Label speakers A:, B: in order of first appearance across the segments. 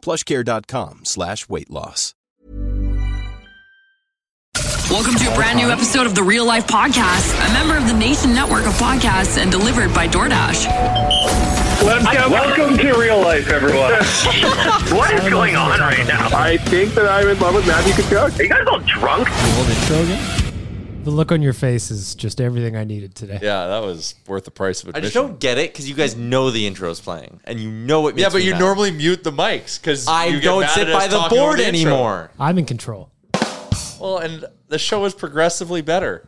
A: Plushcare.com slash weight loss.
B: Welcome to a brand new episode of the Real Life Podcast, a member of the Nation Network of podcasts and delivered by DoorDash.
C: Welcome to real life, everyone.
D: What is going on right now?
C: I think that I'm in love with Matthew Kachuk.
D: Are you guys all drunk?
E: The look on your face is just everything I needed today.
F: Yeah, that was worth the price of
G: I
F: admission.
G: just don't get it because you guys know the intro's playing and you know it.
F: yeah,
G: makes
F: but
G: me
F: you
G: mad.
F: normally mute the mics because
G: I don't sit by the board anymore.
E: I'm in control.
F: Well, and the show is progressively better,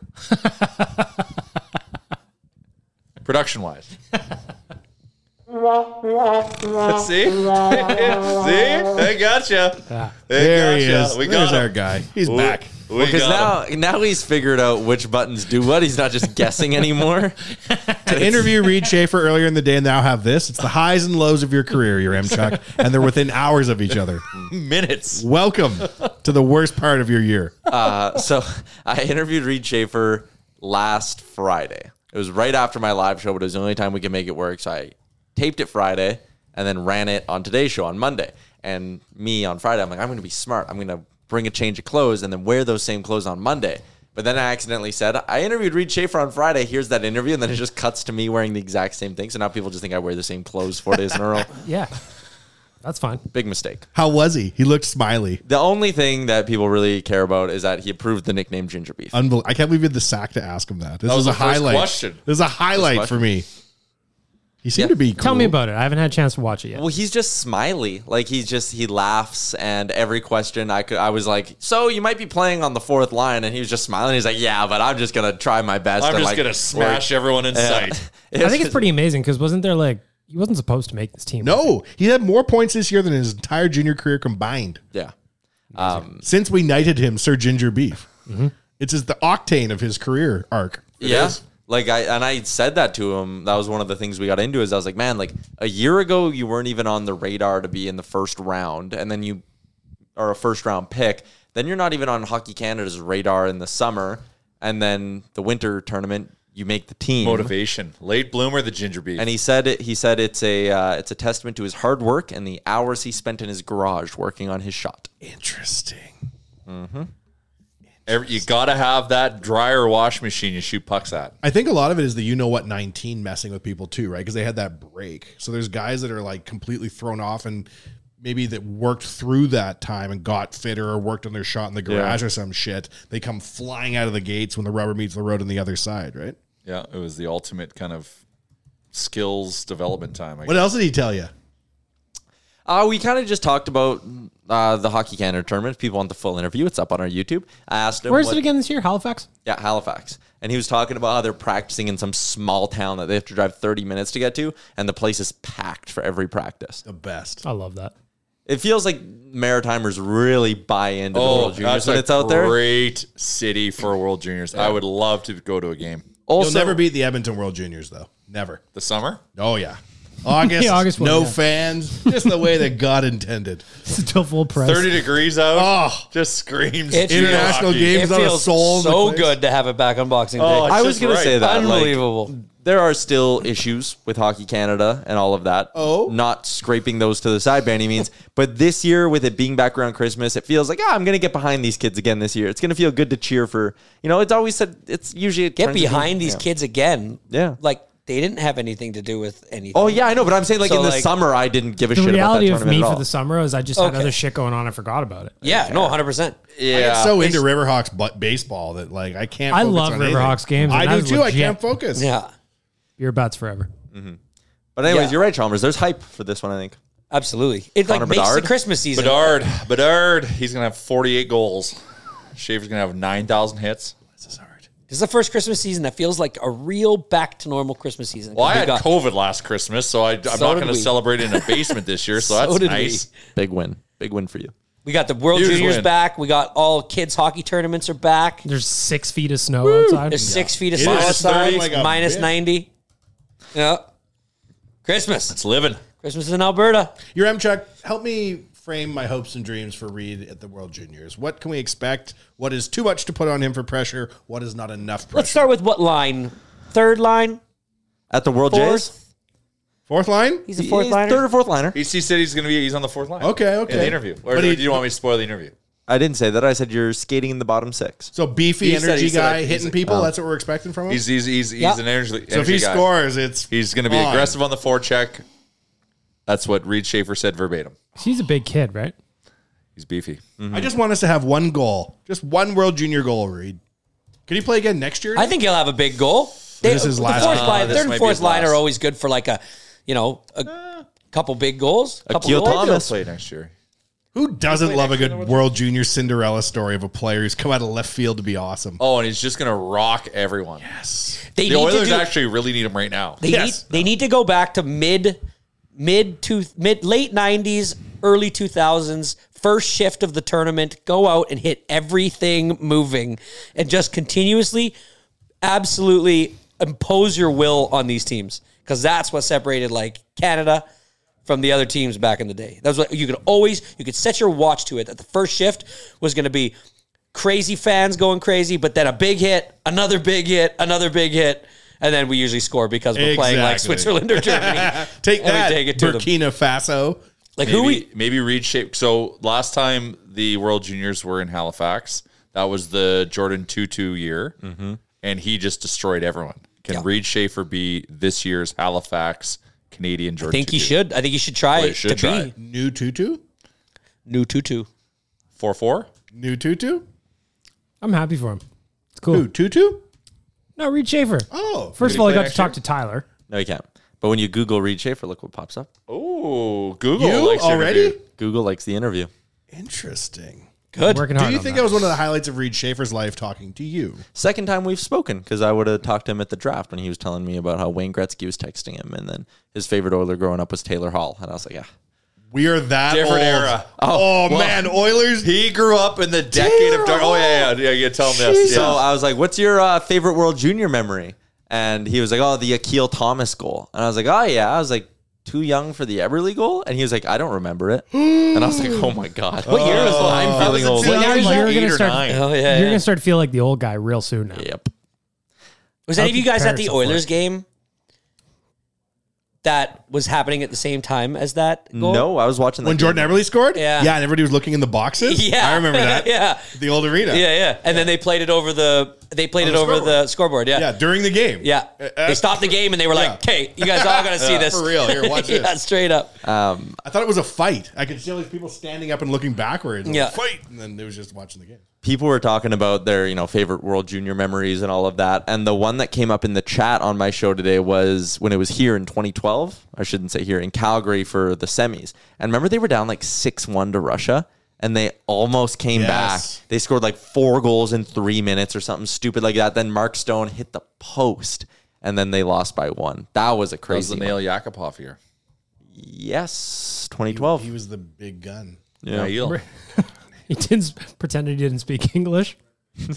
F: production wise. See, see, they gotcha. They
H: There he
F: gotcha.
H: is.
F: We
H: There's
F: got him.
H: our guy. He's
F: We-
H: back.
F: We
G: Because
F: got him.
G: now, now he's figured out which buttons do what. He's not just guessing anymore.
H: To interview Reed Schaefer earlier in the day and now have this. It's the highs and lows of your career, your M Chuck, and they're within hours of each other.
F: minutes.
H: Welcome to the worst part of your year.
G: so I interviewed Reed Schaefer last Friday. It was right after my live show, but it was the only time we could make it work. So I taped it Friday and then ran it on today's show on Monday. And me on Friday, I'm like, I'm going to be smart. I'm going to bring a change of clothes and then wear those same clothes on Monday. But then I accidentally said, I interviewed Reed Schaefer on Friday. Here's that interview. And then it just cuts to me wearing the exact same thing. So now people just think I wear the same clothes four days in a row.
E: Yeah, that's fine.
G: Big mistake.
H: How was he? He looked smiley.
G: The only thing that people really care about is that he approved the nickname Ginger Beef.
H: Unbel- I can't believe you had the sack to ask him that. This was
F: was
H: a
F: the first
H: highlight.
F: question.
H: This is a highlight
G: First
H: for me. He seemed
G: Yeah.
H: to be. Cool.
E: Tell me about it. I haven't had a chance to watch it yet.
G: Well, he's just smiley. Like he's just he laughs, and every question I could, I was like, "So you might be playing on the fourth line," and he was just smiling. He's like, "Yeah, but I'm just gonna try my best."
F: I'm
G: and
F: just
G: like,
F: gonna smash everyone in sight.
E: I think it's pretty amazing because wasn't there like he wasn't supposed to make this team?
H: No, he had more points this year than his entire junior career combined.
G: Yeah,
H: Since we knighted him, Sir Ginger Beef. It's just the octane of his career arc.
G: Mm-hmm. yeah. Like I and I said that to him. That was one of the things we got into. Is I was like, "Man, like a year ago, you weren't even on the radar to be in the first round, and then you are a first round pick. Then you're not even on Hockey Canada's radar in the summer, and then the winter tournament." You make the team.
F: Motivation. Late bloomer, the ginger beef.
G: And he said it, he said it's a uh, it's a testament to his hard work and the hours he spent in his garage working on his shot.
H: Interesting.
F: Every, you gotta have that dryer wash machine you shoot pucks at.
H: I think a lot of it is the you know what 19 messing with people too, right? Because they had that break. So there's guys that are like completely thrown off and maybe that worked through that time and got fitter or worked on their shot in the garage or some shit. They come flying out of the gates when the rubber meets the road on the other side, right?
F: Yeah, it was the ultimate kind of skills development time. I
H: What else did he tell you?
G: Uh, we kind of just talked about uh, the Hockey Canada tournament. If people want the full interview, it's up on our YouTube. I asked him
E: Where's
G: what-
E: it again this year? Halifax?
G: Yeah, Halifax. And he was talking about how they're practicing in some small town that they have to drive 30 minutes to get to, and the place is packed for every practice.
H: The best.
E: I love that.
G: It feels like Maritimers really buy into the
F: Oh,
G: World Juniors
F: that's
G: when
F: a
G: it's out there.
F: great city for World Juniors. I would love to go to a game.
G: Also,
H: You'll never beat the Edmonton World Juniors though. Never.
F: The summer?
H: Oh yeah. August,
E: Yeah, August
H: no
E: will, yeah.
H: fans, just the way that God intended.
E: It's still full price.
F: 30 degrees out.
H: Oh.
F: just screams.
I: It's-
F: field
H: International
F: hockey.
H: games
I: It
H: on a
I: feels
H: soul in the
I: so
H: place.
I: good to have it back on Boxing Day.
F: Oh, it's
G: I was
F: just
G: going
F: right.
G: to say that. like,
I: Unbelievable.
G: there are still issues with Hockey Canada and all of that.
H: Oh.
G: Not scraping those to the side by any means. But this year, with it being back around Christmas, it feels like, ah, I'm going to get behind these kids again this year. It's going to feel good to cheer for, you know, it's always said, it's usually. it
I: Get
G: turns into-
I: behind these
G: yeah.
I: kids again.
G: Yeah.
I: Like they didn't have anything to do with anything.
G: Oh, yeah, I know. But I'm saying, like,
I: So,
G: in the
I: like,
G: summer, I didn't give a
E: the
G: shit about that
E: reality of
G: tournament
E: me
G: at all.
E: for the summer is I just had
I: Okay.
E: other shit going on. I forgot about it.
I: Yeah, no, 100%.
F: Yeah.
H: so into Riverhawks but baseball that like I can't.
E: I
H: focus
E: love
H: on anything.
E: Riverhawks games, and
H: I do
E: that's
H: too. I
E: legit.
H: can't focus.
I: Yeah,
E: Your bets forever.
G: But, anyways,
I: Yeah.
G: you're right, Chalmers. There's hype for this one, I think.
I: absolutely. It
G: Connor
I: like makes
G: Bedard?
I: the Christmas season.
F: Bedard, Bedard, he's going to have 48 goals. Schaefer's going to have 9,000 hits.
I: This is the first Christmas season that feels like a real back to normal Christmas season.
F: Well, I
I: We
F: had
I: got-
F: COVID last Christmas, so I, I'm
I: So
F: not
I: did
F: going to
I: we.
F: celebrate in a basement this year, so,
I: So
F: that's
I: did
F: nice.
G: Big win. Big win for you.
I: We got the World
F: Huge
I: Juniors
F: win.
I: back. We got all kids hockey tournaments are back.
E: There's six feet of snow outside.
I: There's six feet of
H: It
I: snow
H: is
I: outside.
H: snowing like a
I: minus
H: bitch.
I: ninety. Yeah. Christmas.
F: It's living.
I: Christmas in Alberta.
H: Your Chuck, help me frame my hopes and dreams for Reed at the World Juniors. What can we expect? What is too much to put on him for pressure? What is not enough pressure?
I: Let's start with what line? Third line.
G: At the World J's?
I: Fourth.
H: Fourth line.
I: He's a fourth liner.
G: Third or fourth liner.
F: He, he said he's going to be, he's on the fourth line.
H: Okay,
F: In
H: okay.
F: the interview. Or
H: But
F: do
H: he-
F: you want me to spoil the interview?
G: I didn't say that. I said you're skating in the bottom six.
H: So beefy
F: He said-
H: energy
F: he said,
H: guy
F: like, he's
H: hitting
F: like,
H: people. That's what we're expecting from him.
F: He's, he's, he's, he's
I: Yeah.
F: an energy,
H: so if
F: energy
H: he
F: guy.
H: scores, it's
F: He's going to be
H: on.
F: aggressive on the forecheck. That's what Reed Schaefer said verbatim.
E: He's a big kid, right?
F: He's beefy.
H: I just want us to have one goal, just one World Junior goal. Reed, can he play again next year?
I: I think he'll have a big goal. They,
H: This is
I: the
H: last-
I: fourth
H: Ah,
I: line,
F: this
I: third
F: might
I: and
F: be
I: fourth
F: his
I: line
F: last.
I: are always good for like a, you know,
E: Eh.
I: a couple big goals. Couple
G: Akil
I: goals.
G: Thomas.
F: He'll play next year.
H: Who doesn't love a good World Junior Cinderella story of a player who's come out of left field to be awesome?
F: Oh, and he's just going to rock everyone.
I: They
F: The
I: need
F: Oilers
I: to do,
F: actually really need him right now.
I: They
H: Yes.
I: need they need to go back to mid mid to mid late nineties, early two thousands. First shift of the tournament, go out and hit everything moving, and just continuously, absolutely impose your will on these teams because that's what separated like Canada from the other teams back in the day. That's what you could always you could set your watch to it that the first shift was going to be crazy fans going crazy, but then a big hit, another big hit, another big hit, and then we usually score because we're playing like
H: Exactly.
I: Switzerland or Germany.
H: Take
I: And we
H: that,
I: take it to them.
H: Burkina Faso.
I: like
F: Maybe,
I: who we
F: maybe Reed Schaefer. So last time the World Juniors were in Halifax, that was the Jordan Tutu year, and he just destroyed everyone. Can
I: Mm-hmm. Yeah.
F: Reed Schaefer be this year's Halifax Canadian
I: I
F: Jordan?
I: think he
F: Tutu?
I: should. I think he should try
F: Well, he
I: it
F: should
I: to
F: try
I: be
F: it.
H: New tutu,
I: new tutu.
F: four four.
H: new tutu,
E: I'm happy for him. It's cool.
H: who tutu?
E: No, Reed Schaefer.
H: Oh,
E: First of all, I got to
F: next
E: talk to Tyler.
G: No, you can't. But when you Google Reed Schaefer, look what pops up.
F: Oh, Google
H: you
F: likes your
H: already?
F: dude.
G: Google likes the interview.
H: Interesting.
I: Good.
E: Working hard.
H: Do you
E: on
H: think
E: that.
H: that was one of the highlights of Reed Schaefer's life talking to you?
G: Second time we've spoken because I would have talked to him at the draft when he was telling me about how Wayne Gretzky was texting him, and then his favorite Oiler growing up was Taylor Hall, and I was like, yeah,
H: We are that
F: Different
H: old.
F: era.
H: Oh,
F: well,
H: man, Oilers.
F: He grew up in the decade of dark. Oh yeah, yeah, yeah. You tell him this.
G: So
F: Yeah.
G: I was like, "What's your uh, favorite World Junior memory?" And he was like, "Oh, the Akil Thomas goal." And I was like, "Oh yeah." I was like, "Too young for the Eberly goal." And he was like, "I don't remember it." and I was like, "Oh my god, what year was I'm feeling old?"
E: Well, now
F: Like
E: you're
F: eight
E: gonna
F: or
E: start-
F: nine.
I: Oh yeah.
E: You're
I: yeah.
E: gonna start to feel like the old guy real soon now.
G: Yep.
I: Was any
E: How
I: of you guys
E: compare
I: at the
E: yourself for
I: Oilers
E: it?
I: game that was happening at the same time as that goal?
G: No, I was watching that
H: When Jordan
G: game.
H: Everly scored?
I: Yeah.
H: Yeah, and everybody was looking in the boxes?
I: Yeah.
H: I remember that.
I: Yeah.
H: The old arena.
I: Yeah, yeah. And then they played it over the they played
H: On
I: it
H: the
I: over the scoreboard. Yeah.
H: Yeah, during the game.
I: Yeah.
H: Uh,
I: they stopped the game and they were like,
H: Yeah.
I: "Okay, you guys all got to see
H: Yeah,
I: this
H: for real. Here, watch
I: yeah,
H: this.
I: straight up.
H: I thought it was a fight. I could see all these people standing up and looking backwards. It was a
I: Yeah.
H: Fight. And then they was just watching the game.
G: people were talking about their you know favorite World Junior memories and all of that, and the one that came up in the chat on my show today was when it was here in 2012. I shouldn't say here in Calgary for the semis. And remember, they were down like six one to Russia. And they almost came
H: Yes.
G: back. They scored like four goals in three minutes or something stupid like that. Then Mark Stone hit the post, and then they lost by one. That was a
F: That was the
G: crazy. one.
F: Nail Yakupov year.
G: Yes, 2012.
H: He was the big gun.
F: Yeah. Nail.
E: he didn't s- pretend he didn't speak English.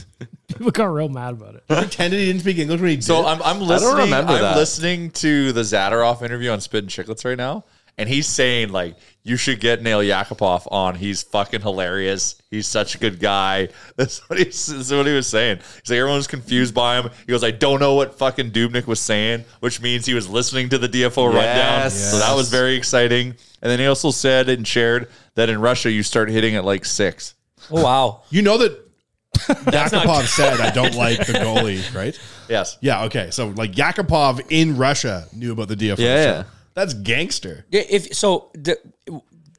E: People got real mad about it.
H: Pretended he didn't speak English when he
F: So
H: did.
F: I'm, I'm
G: don't
F: listening. I
G: remember
F: am
G: that.
F: listening to the Zadaroff interview on Spit and Chicklets right now, and he's saying like, "You should get Nail Yakupov on. He's fucking hilarious. He's such a good guy." That's what he, that's what he was saying. He's like, everyone's confused by him. He goes, "I don't know what fucking Dubnik was saying," which means he was listening to the DFO rundown.
G: Yes.
F: So that was
G: Yes.
F: very exciting. And then he also said and shared that in Russia you start hitting at like six.
I: Oh, wow.
H: You know that
I: not-
H: Yakupov said, I don't like the goalie, right?
F: Yes.
H: Yeah, okay. So, like, Yakupov in Russia knew about the DFO.
G: Yeah, yeah.
H: That's gangster.
I: Yeah, if so, the,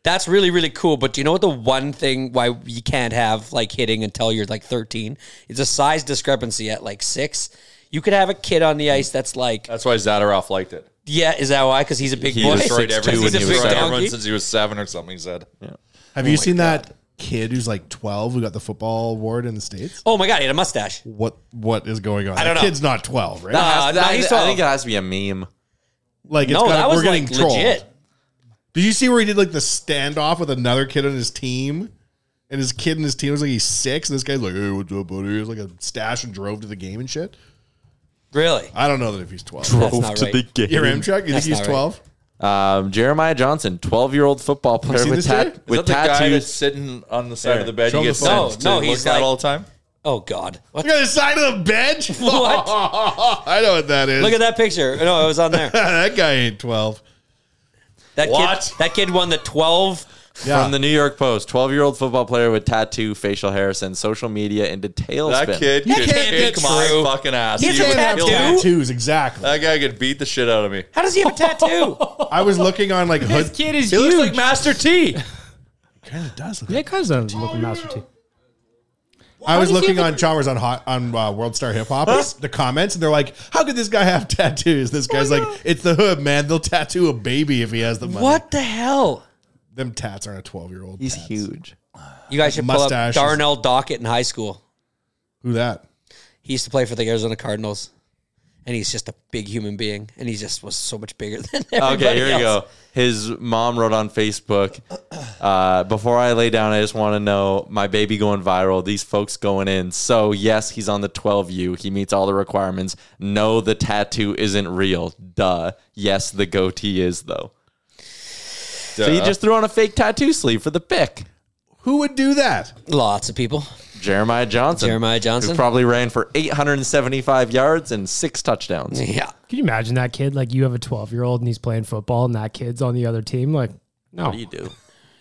I: that's really really cool. But do you know what the one thing why you can't have like hitting until you're like 13? It's a size discrepancy at like six. You could have a kid on the ice that's like,
F: That's why Zadaroff liked it.
I: yeah, is that why? Because he's a big
F: He
I: boy.
F: destroyed
I: 'Cause
F: everyone.
I: he's
F: He
I: a big
F: destroyed everyone
I: donkey.
F: since he was seven or something. He said.
H: Have
I: Oh
H: you seen that kid who's like 12 who got the football award in the States?
I: Oh my god, he had a mustache.
H: What What is going on?
I: I don't
H: that
I: know.
H: kid's not 12, right?
I: Nah, nah,
G: I,
I: he's
G: I think
I: 12.
G: it has to be a meme.
H: Like, it's
I: No,
H: gotta-
I: that
H: we're
I: was
H: getting
I: like
H: trolled.
I: legit.
H: Did you see where he did like the standoff with another kid on his team? And his kid and his team was like he's six, and this guy's like, "Hey, what's up, buddy?" He was like a stash and drove to the game and shit.
I: Really?
H: I don't know that if he's twelve.
I: That's not right.
G: game.
H: Your M truck, you
I: That's
H: think he's
I: not right.
H: twelve?
G: Um, Jeremiah Johnson, 12 year old football player
H: seen
G: with,
H: this guy?
G: tat-
H: Is
F: that
G: with
F: the guy that's
G: tattoos.
F: sitting on the side
H: There.
F: of the bed?
H: Show
F: You
H: him
F: get
H: the phone.
F: sent
I: No,
F: to
I: no, he's
F: look at
I: like-
F: all the time.
I: Oh god. What?
H: Look at the side of the bench.
I: What?
H: I know what that is.
I: Look at that picture. No, it was on there.
H: that guy ain't twelve.
I: That
F: What?
I: kid. That kid won the 12.
H: Yeah.
G: From the New York Post, 12 year old football player with tattoo, facial hair, and social media into tailspin.
F: That kid could
I: can't be
F: kick my
I: true.
F: fucking ass.
I: He's
F: He
I: a
F: would
I: tattoo.
F: kill me.
H: Tattoos, exactly.
F: That guy could beat the shit out of me.
I: How does he have a tattoo?
H: I was looking on like
E: This
H: hood.
E: kid is
F: He
E: huge.
F: looks like Master T.
H: Kind of does look.
E: Nick has a looking master too.
H: I was
E: does he
H: looking
E: have
H: on Chalmers on hot on uh, World Star Hip Hop the comments, and they're like, "How could this guy have tattoos?" This guy's like, "It's the hood, man. They'll tattoo a baby if he has the money."
I: what the hell?
H: Them tats aren't a twelve year old.
G: He's huge.
I: You guys should pull up
H: Mustache is-
I: Darnell Dockett in high school.
H: Who that?
I: He used to play for the Arizona Cardinals, and he's just a big human being, and he just was so much bigger than everybody
G: Okay, here
I: else.
G: you go. His mom wrote on Facebook, uh, before I lay down, I just want to know my baby going viral, these folks going in. So, yes, he's on the 12U. He meets all the requirements. No, the tattoo isn't real. Duh. Yes, the goatee is, though. So, he
F: Duh.
G: just threw on a fake tattoo sleeve for the pic.
H: Who would do that?
I: Lots of people.
G: Jeremiah Johnson.
I: Jeremiah Johnson.
G: Who probably ran for 875 yards and six touchdowns.
I: Yeah.
E: Can you imagine that kid? Like you have a 12 year old and he's playing football, and that kid's on the other team. Like, no,
G: You do.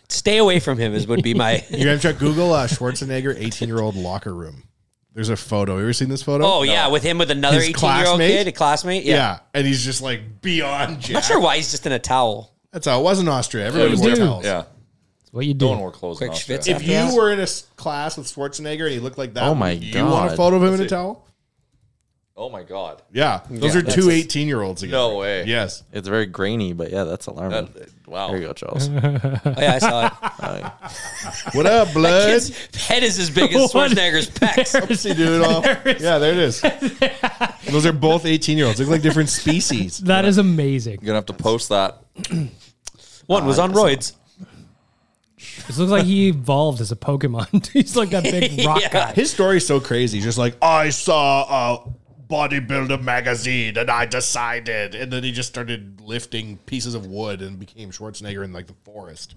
I: Stay away from him is would be my.
H: Your Amtrak Google uh, Schwarzenegger 18 year old locker room. There's a photo. You ever seen this photo?
I: Oh yeah, with him with another
H: His
I: eighteen-year-old
H: classmate?
I: kid, a classmate.
H: Yeah.
I: Yeah.
H: And he's just like beyond
I: I'm
H: jacked.
I: not sure why he's just in a towel.
H: That's how it was in Austria. Everybody
F: was
H: wore
E: different.
H: towels.
F: Yeah.
E: that's what you
F: No one
E: do.
F: wore clothes.
I: Quick
F: in Austria.
I: schwitz
H: If
I: after
H: you
I: that.
H: were in a s- class with Schwarzenegger and he looked like that,
G: Oh my
H: would you want a
G: God.
H: photo of him in a
F: Let's see.
H: towel?
F: Oh my god.
H: Yeah. Those are two 18 year olds again.
F: No way.
H: Yes.
G: It's very grainy, but yeah, that's alarming.
F: uh, Wow.
G: There you go, Charles.
I: Oh yeah, I saw it.
H: What up, blood?
I: His head is as big as Schwarzenegger's pecs.
H: Oopsie doodle. yeah, there it is. Those are both 18 year olds. Look like different species.
E: That is amazing.
F: You're gonna have to post that.
I: One was on roids.
E: This looks like he evolved as a Pokemon. he's like that big rock
I: Yeah.
E: guy.
H: His story's so crazy. He's just like, I saw a bodybuilder magazine and I decided. And then he just started lifting pieces of wood and became Schwarzenegger in like the forest.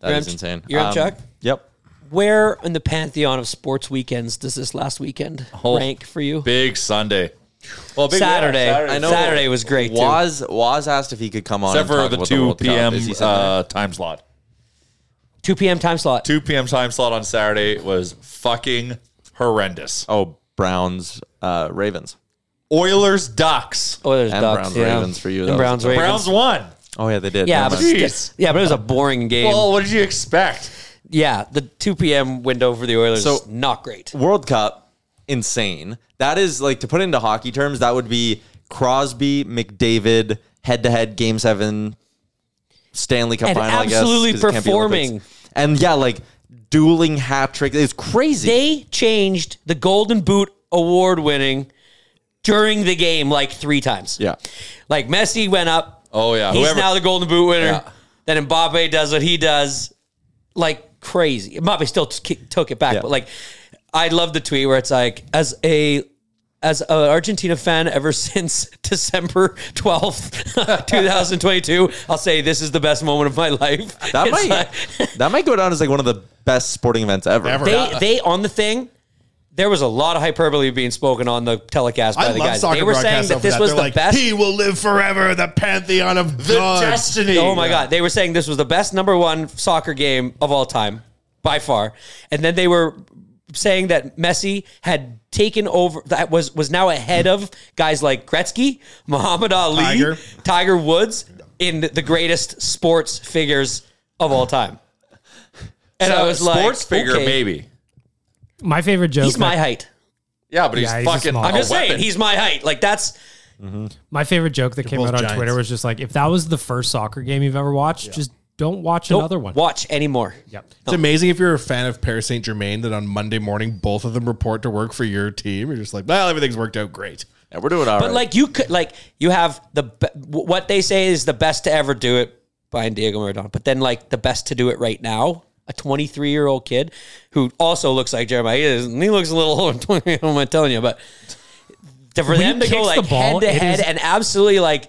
G: That
I: You're
G: is
I: up-
G: insane.
I: you're up,
F: Um,
I: Chuck?
G: Yep.
I: Where in the pantheon of sports weekends does this last weekend rank for you?
F: Big Sunday. Well, big
I: Saturday.
F: Saturday.
I: I know. Saturday was great, too.
G: Waz Waz asked if he could come on.
F: Except
G: and
F: for
G: talk
F: the
G: about
F: 2
G: World Cup.
F: p.m.
G: Is he sitting there?
F: Uh, time slot.
I: 2 p.m. time slot.
F: 2 p.m. time slot on Saturday was fucking horrendous.
G: oh, Browns, uh, Ravens.
F: Oilers, Ducks.
I: Oh, there's
G: And
I: Ducks.
G: Browns
I: yeah.
G: Ravens for you, that
I: And
G: was-
I: Browns
G: The
I: Ravens.
F: Browns won.
G: Oh yeah, they did.
I: Yeah,
G: Never
I: but
G: mind.
F: Jeez.
I: yeah, but it was a boring game.
F: Well, what did you expect?
I: yeah, the 2 p.m. window for the Oilers
G: So-
I: is not great.
G: World Cup, insane. That is like to put into hockey terms, that would be Crosby, McDavid, head to head game seven, Stanley Cup
I: And
G: final, I guess,
I: absolutely
G: 'cause it can't be Olympics.
I: performing.
G: And yeah, like dueling hat trick. It's crazy.
I: They changed the Golden Boot award winning during the game like three times.
G: Yeah.
I: Like Messi went up.
F: Oh yeah,
I: He's
F: whoever.
I: now the Golden Boot winner.
F: Yeah.
I: Then Mbappe does what he does, like crazy. Mbappe still t- took it back, but like, I love the tweet where it's like, as a as an Argentina fan ever since December twelfth, two thousand twenty two, I'll say this is the best moment of my life.
G: That
I: It's
G: might
I: like-
G: that might go down as like one of the best sporting events ever.
H: uh,
I: they they on the thing. There was a lot of hyperbole being spoken on the telecast by
H: I
I: the
H: love
I: guys.
H: soccer
I: They were saying
H: broadcasts
I: that
H: off
I: this
H: of
I: was
H: They're
I: the
H: like,
I: best.
H: He will live forever. The pantheon of
F: The
H: gods.
F: destiny.
I: Oh my god, they were saying this was the best number one soccer game of all time by far, and then they were saying that Messi had taken over that was was now ahead of guys like Gretzky, Muhammad Ali,
H: Tiger.
I: Tiger, Woods in the greatest sports figures of all time. And I was
F: sports
I: like,
F: figure,
I: okay,
F: maybe.
E: My favorite joke.
I: he's my height.
F: Yeah, but he's
E: Yeah, he's a
F: fucking.
E: small-
I: I'm just
F: a
I: saying,
F: weapon.
I: he's my height. Like that's
E: My favorite joke that came
H: both
E: out on
H: giants.
E: Twitter was just like, if that was the first soccer game you've ever watched, just don't watch
I: don't
E: another one.
I: Watch anymore.
E: Yep.
H: It's amazing if you're a fan of Paris Saint Germain that on Monday morning both of them report to work for your team. You're just like, well, everything's worked out great.
G: Yeah, we're doing all
I: But
G: right.
I: like you could like you have the be- what they say is the best to ever do it by Diego Maradona, but then like the best to do it right now, a 23 year old kid who also looks like Jeremiah is, and he looks a little older. than 20, I'm not telling you, but to- for
E: When he
I: them to go
E: kicks
I: like
E: the ball,
I: head to
E: it
I: head
E: is-
I: and absolutely like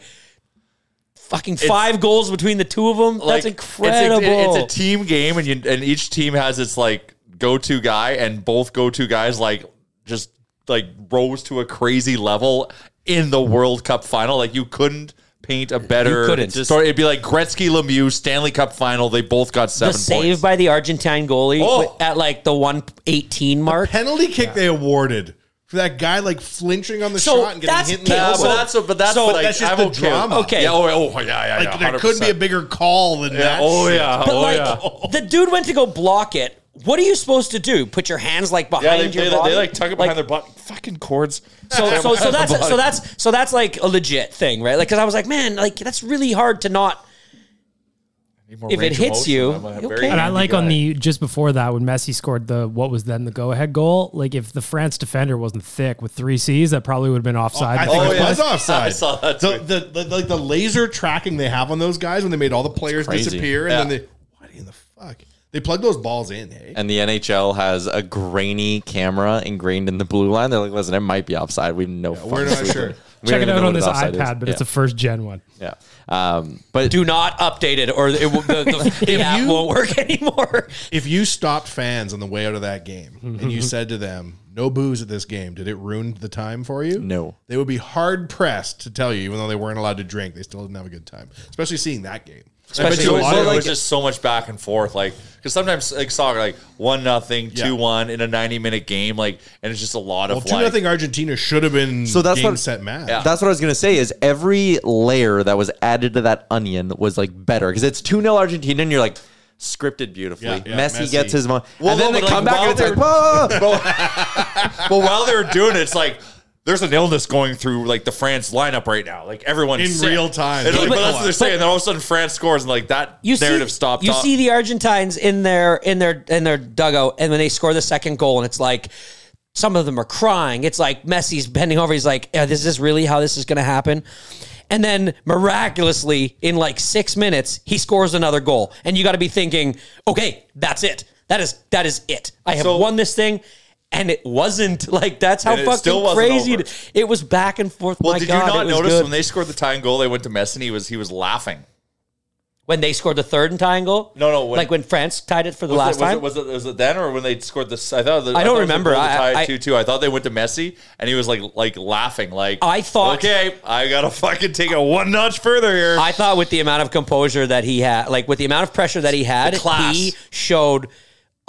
I: fucking five goals between the two of them, that's
F: Like, it's a-
I: incredible.
F: It's a, team game, and you, and each team has its like go to guy, and both go to guys like just like rose to a crazy level in the World Cup final. Like you couldn't paint a better
I: You couldn't.
F: story. It'd be like Gretzky, Lemieux, Stanley Cup final. They both got seven
I: the save
F: points.
I: by the Argentine goalie
F: Oh.
I: wi- at like the 118 mark.
H: Penalty kick they awarded for that guy like flinching on the
I: So
H: shot and getting
I: that's
H: hit in
I: okay,
H: the
F: yeah,
I: so-
F: but that's but that's
I: so-
F: like,
H: that's just
F: I'm
H: the
F: okay.
H: drama.
I: Okay.
F: Yeah, oh, oh, yeah, yeah, yeah.
H: Like, there couldn't be a
F: 100%.
H: bigger call than
F: Yeah,
H: that.
F: oh
H: shit.
F: yeah,
I: But
F: oh
I: like
F: yeah.
I: the dude went to go block it. What are you supposed to do? Put your hands like behind
F: Yeah, they,
I: your
F: they,
I: body?
F: they like tuck it behind their butt. Fucking cords.
I: so, so, so that's
F: Behind
I: so
F: the
I: that's so that's like a legit thing, right? Like, because I was like, man, like that's really hard to not.
F: more
I: if it
F: range of
I: hits
F: motion.
I: you,
F: I'm a
I: you
F: very
I: okay?
E: And I
F: handy
E: like on
F: guy.
E: the just before that when Messi scored the what was then the go ahead goal. Like if the France defender wasn't thick with three C's, that probably would have been offside.
H: I think
F: Oh,
H: it
F: yeah.
H: was offside.
F: I saw that
H: The,
F: too.
H: the, the- like the laser tracking they have on those guys when they made all the players
G: crazy.
H: disappear and
F: Yeah.
H: then they what in the fuck they plug those balls in. Hey,
G: and the NHL has a grainy camera ingrained in the blue line. They're like, listen, it might be offside. We have no.
H: we're
G: fucking
H: not
G: clue.
H: sure.
G: We
E: Check it
G: don't even
E: out
G: know
E: on
G: what
E: this
G: offside
E: iPad,
G: is.
E: but it's
G: Yeah.
E: a first gen one.
G: Yeah. Um, but
I: Do not update it, or it will, the, the, the app
H: you-
I: won't work anymore.
H: if you stopped fans on the way out of that game and you said to them, "No booze at this game," did it ruin the time for you?
G: No.
H: They would be hard pressed to tell you, even though they weren't allowed to drink, they still didn't have a good time, especially seeing that game.
F: But
I: Especially
F: you
I: with-
F: was, there
I: like-
F: was just so much back and forth, like because sometimes like soccer, like one nothing,
H: Yeah.
F: two one in a ninety minute game, like and it's just a lot
H: Well,
F: of
H: two
F: like
H: nothing Argentina should have been
G: So that's
H: game
G: what-
H: set match.
F: Yeah.
G: That's what I was gonna say. Is every layer that was added to that onion was like better because it's two 0 Argentina, and you're like scripted beautifully.
H: Yeah, yeah,
G: Messi,
H: Messi.
G: gets his one,
F: Well,
G: and then
F: no,
G: they
F: but,
G: come
F: like,
G: back and it's
F: while
G: like, whoa, whoa, whoa.
F: But while they were doing it, it's like there's an illness going through like the France lineup right now. Like everyone's
H: In
F: sick.
H: real time.
F: And, like,
H: Hey,
F: but
H: but-
F: that's what they're saying. And then all of a sudden France scores and like that
I: You
F: narrative
I: see,
F: stopped.
I: You
F: off.
I: see the Argentines in their in their in their dugout, and when they score the second goal, and it's like some of them are crying. It's like Messi's bending over. He's like, "Yeah, "Is this really how this is going to happen?" And then miraculously, in like six minutes, he scores another goal, and you got to be thinking, "Okay, that's it. That is that is it. I have
F: So-
I: won this thing." And it wasn't like that's how
F: And it
I: fucking
F: still wasn't
I: crazy
F: over.
I: it, it was. Back and forth.
F: well,
I: My
F: did
I: God,
F: you
I: it
F: not
I: was
F: notice
I: good.
F: when they scored the tying goal? They went to Messi and he was he was laughing.
I: when they scored the third and tying goal?
F: No, no, when-
I: like when France tied it for the
F: Was
I: last
F: it, was
I: time.
F: It, was, it, was it then or when they scored this? I thought the,
I: I don't
F: thought it was the
I: remember.
F: goal to
I: I-
F: tie it
I: I-
F: two two. I thought they went to Messi and he was like like laughing. Like
I: I thought-
F: okay, I gotta fucking take it one notch further here.
I: I thought with the amount of composure that he had, like with the amount of pressure that he had,
F: The class.
I: he showed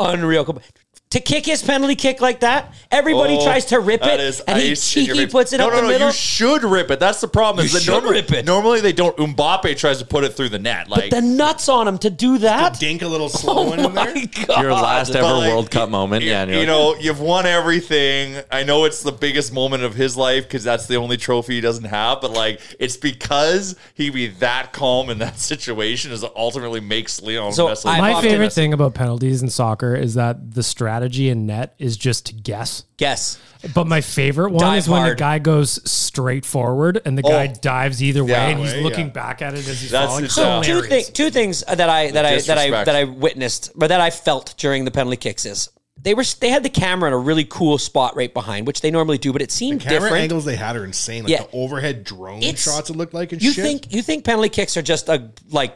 I: unreal. comp- to kick his penalty kick like that. Everybody
F: Oh,
I: tries to rip
F: that
I: it,
F: is
I: and he
F: ice in your
I: cheeky
F: face.
I: puts it
F: no,
I: up
F: no,
I: the
F: no,
I: middle.
F: You should rip it. That's the problem.
I: You
F: is that
I: should
F: normally,
I: rip it.
F: Normally they don't. Mbappe tries to put it through the net. Like
I: the nuts on him to do that. Oh
H: Dink a little slow one in there.
G: Your last ever
F: But, like,
G: World Cup moment. Yeah, and you're
F: you
G: like,
F: know, you've won everything. I know it's the biggest moment of his life because that's the only trophy he doesn't have. But like, it's because he be that calm in that situation is what ultimately makes Leon.
I: So
F: Messi.
I: I've
E: My
I: often-
E: favorite thing about penalties in soccer is that the strategy in net is just to guess.
I: Guess.
E: But my favorite one
I: Dive
E: is when
I: hard.
E: the guy goes straight forward and the guy
I: Oh.
E: dives either way
I: Yeah.
E: and he's
I: Way,
E: looking
I: yeah.
E: back at it as he's
F: That's
E: falling.
F: his,
I: So
F: uh,
I: two, thi- two things that I that I that I that I
F: Disrespect.
I: that I witnessed, but that I felt during the penalty kicks is they were they had the camera in a really cool spot right behind, which they normally do, but it seemed
H: Camera
I: different.
H: angles they had are insane. Like
I: Yeah.
H: the overhead drone
I: It's-
H: shots it looked like and
I: you
H: shit.
I: think you think penalty kicks are just a like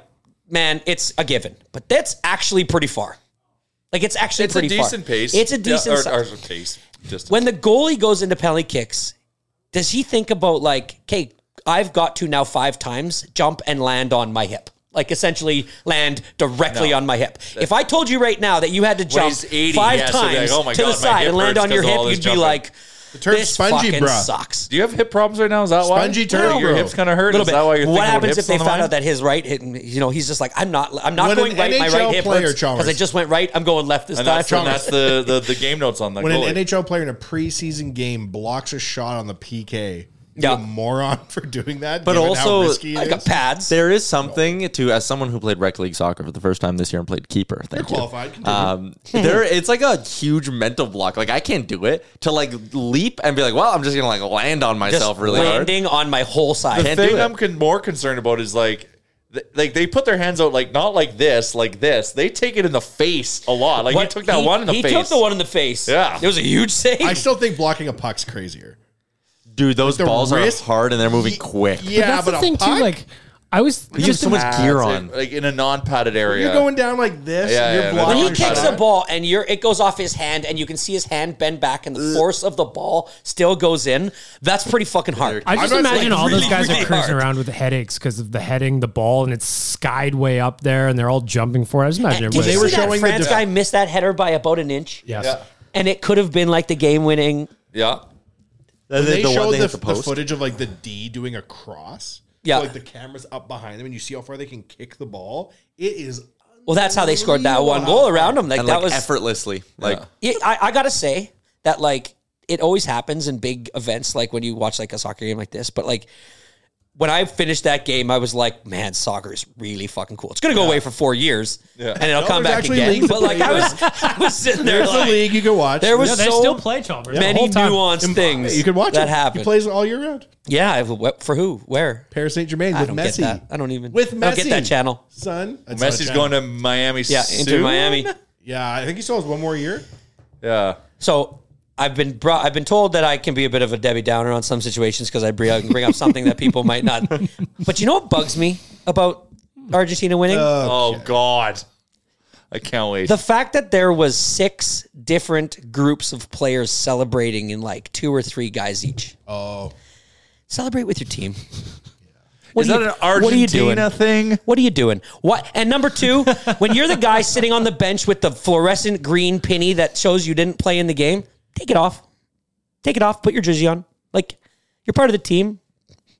I: man, it's a given, but that's actually pretty far. Like it's actually
F: it's a
I: pretty far.
F: decent pace.
I: It's a
F: Yeah,
I: decent
F: or-
I: si-
F: or pace. Just
I: when the goalie goes into penalty kicks, does he think about like, okay, I've got to now five times jump and land on my hip? Like essentially land directly
F: No.
I: on my hip. If I told you right now that you had to
F: When
I: jump
F: he's 80,
I: five
F: yeah, so they're
I: times
F: like, oh my
I: to
F: God,
I: the
F: my
I: side
F: hip
I: and land
F: hurts
I: on your
F: 'cause of
I: hip,
F: all
I: you'd be
F: this jumping.
I: like,
H: The term
I: this
H: spongy
I: fucking
H: bra.
I: sucks.
F: Do you have hip problems right now? Is that why?
H: Spongy turtle,
F: Your
H: bro.
F: hips kind of hurt.
I: Little
F: Is
I: bit.
F: that why you're
I: what
F: thinking about
I: happens if
F: hips
I: they
F: on the
I: found
F: line?
I: out that his right hit? You know, he's just like, I'm not. I'm not
H: When an
I: going right. my
H: NHL
I: right hip
H: player,
I: because I
H: Chalmers.
I: just went right. I'm going left this
F: And
I: time.
F: that's, and that's the, the the game notes on the
H: when
F: goalie.
H: an NHL player in a preseason game blocks a shot on the PK, he's
I: Yeah.
H: a moron for doing that.
G: But
H: given how
G: also,
H: risky it
I: I got
H: is.
I: pads.
G: there is something to as someone who played rec league soccer for the first time this year and played keeper. Thank you.
H: qualified. Continue.
I: Uh,
G: Um, there, it's like a huge mental block. Like I can't do it to like leap and be like, well, I'm just gonna like land on
I: Just
G: myself really hard.
I: landing on my whole side.
G: Can't
F: the
G: do
F: thing
G: it.
F: I'm con- more concerned about is like, th- like they put their hands out like not like this, like this. They take it in the face a lot. Like
I: What-
F: he took that one in the
I: he
F: face.
I: took the one in the face.
F: Yeah.
I: It was a huge save.
H: I still think blocking a puck's crazier.
G: Dude, those
H: the
G: balls
H: wrist-
G: are hard and they're moving quick.
H: Yeah,
E: that's the
H: a
E: thing
H: puck?
E: too. Like I was
G: You have
E: just
G: so much
F: Ah,
G: gear
F: it's
G: on.
F: like, like in a non-padded area.
H: you're going down like this.
F: Yeah,
H: and
F: yeah,
H: you're
F: that's
H: blocking
I: when he
F: Wrong
I: kicks
H: shot.
I: a ball and you're, it goes off his hand and you can see his hand bend back and the force of the ball still goes in. That's pretty fucking hard.
E: I just
H: I'm not
E: imagine
H: saying
E: all
I: really,
E: those guys
I: really
E: are cruising
I: hard.
E: around with headaches because of the heading, the ball, and it's skied way up there, and they're all jumping for it. I just imagine
I: Did you
E: everybody.
H: they were
I: see that
H: showing the
I: France
H: def-
I: guy missed that header by about an inch?
E: yes.
F: Yeah.
I: And it could have been like the game winning.
F: Yeah.
G: And
H: They,
G: then the one
H: showed
G: they
H: the,
G: hit the
H: the
G: post.
H: footage of like the D doing a cross.
I: Yeah.
H: So, like the camera's up behind them, and you see how far they can kick the ball. It is.
I: Well, that's how they scored that
H: unbelievable
I: one
H: how
I: goal
H: far-
I: around him. Like
G: and
I: that
G: like
I: was
G: effortlessly. Like
I: Yeah, I, I gotta say that like it always happens in big events, like when you watch like a soccer game like this. But like when I finished that game, I was like, man, soccer is really fucking cool. It's gonna go away for four years, and it'll
H: No,
I: come
H: there's
I: back
H: actually
I: again.
H: leagues
I: But
H: that
I: like
H: play
I: I was,
H: this.
I: I was sitting there.
H: There's
I: like,
H: a league you can watch.
I: There was
E: Yeah, they
I: so
E: still play Chalmers. the
I: many
E: whole time.
I: nuanced things.
H: You can watch
I: that
H: it.
I: happened.
H: He plays it all year round.
I: yeah, I- what- for who? Where?
H: Paris Saint Germain
I: I
H: with
I: don't
H: Messi.
I: get that. I don't even
H: with Messi.
I: I don't get that channel.
H: Son, That's not a
F: Messi's
H: channel.
F: going to Miami.
I: Yeah, into
F: soon?
I: Miami.
H: Yeah, I think he still has one more year.
F: Yeah.
I: So I've been brought, I've been told that I can be a bit of a Debbie Downer on some situations because I bring I can bring up something that people might not. But you know what bugs me about Argentina winning?
F: Oh God. I can't wait.
I: the fact that there was six different groups of players celebrating in like two or three guys each. Oh, celebrate with your team. What
F: is
I: are
F: that an
I: you- what are you doing?
F: Argentina thing?
I: What are you doing? What? And number two, when you're the guy sitting on the bench with the fluorescent green pinny that shows you didn't play in the game, take it off. Take it off. Put your jersey on. Like you're part of the team.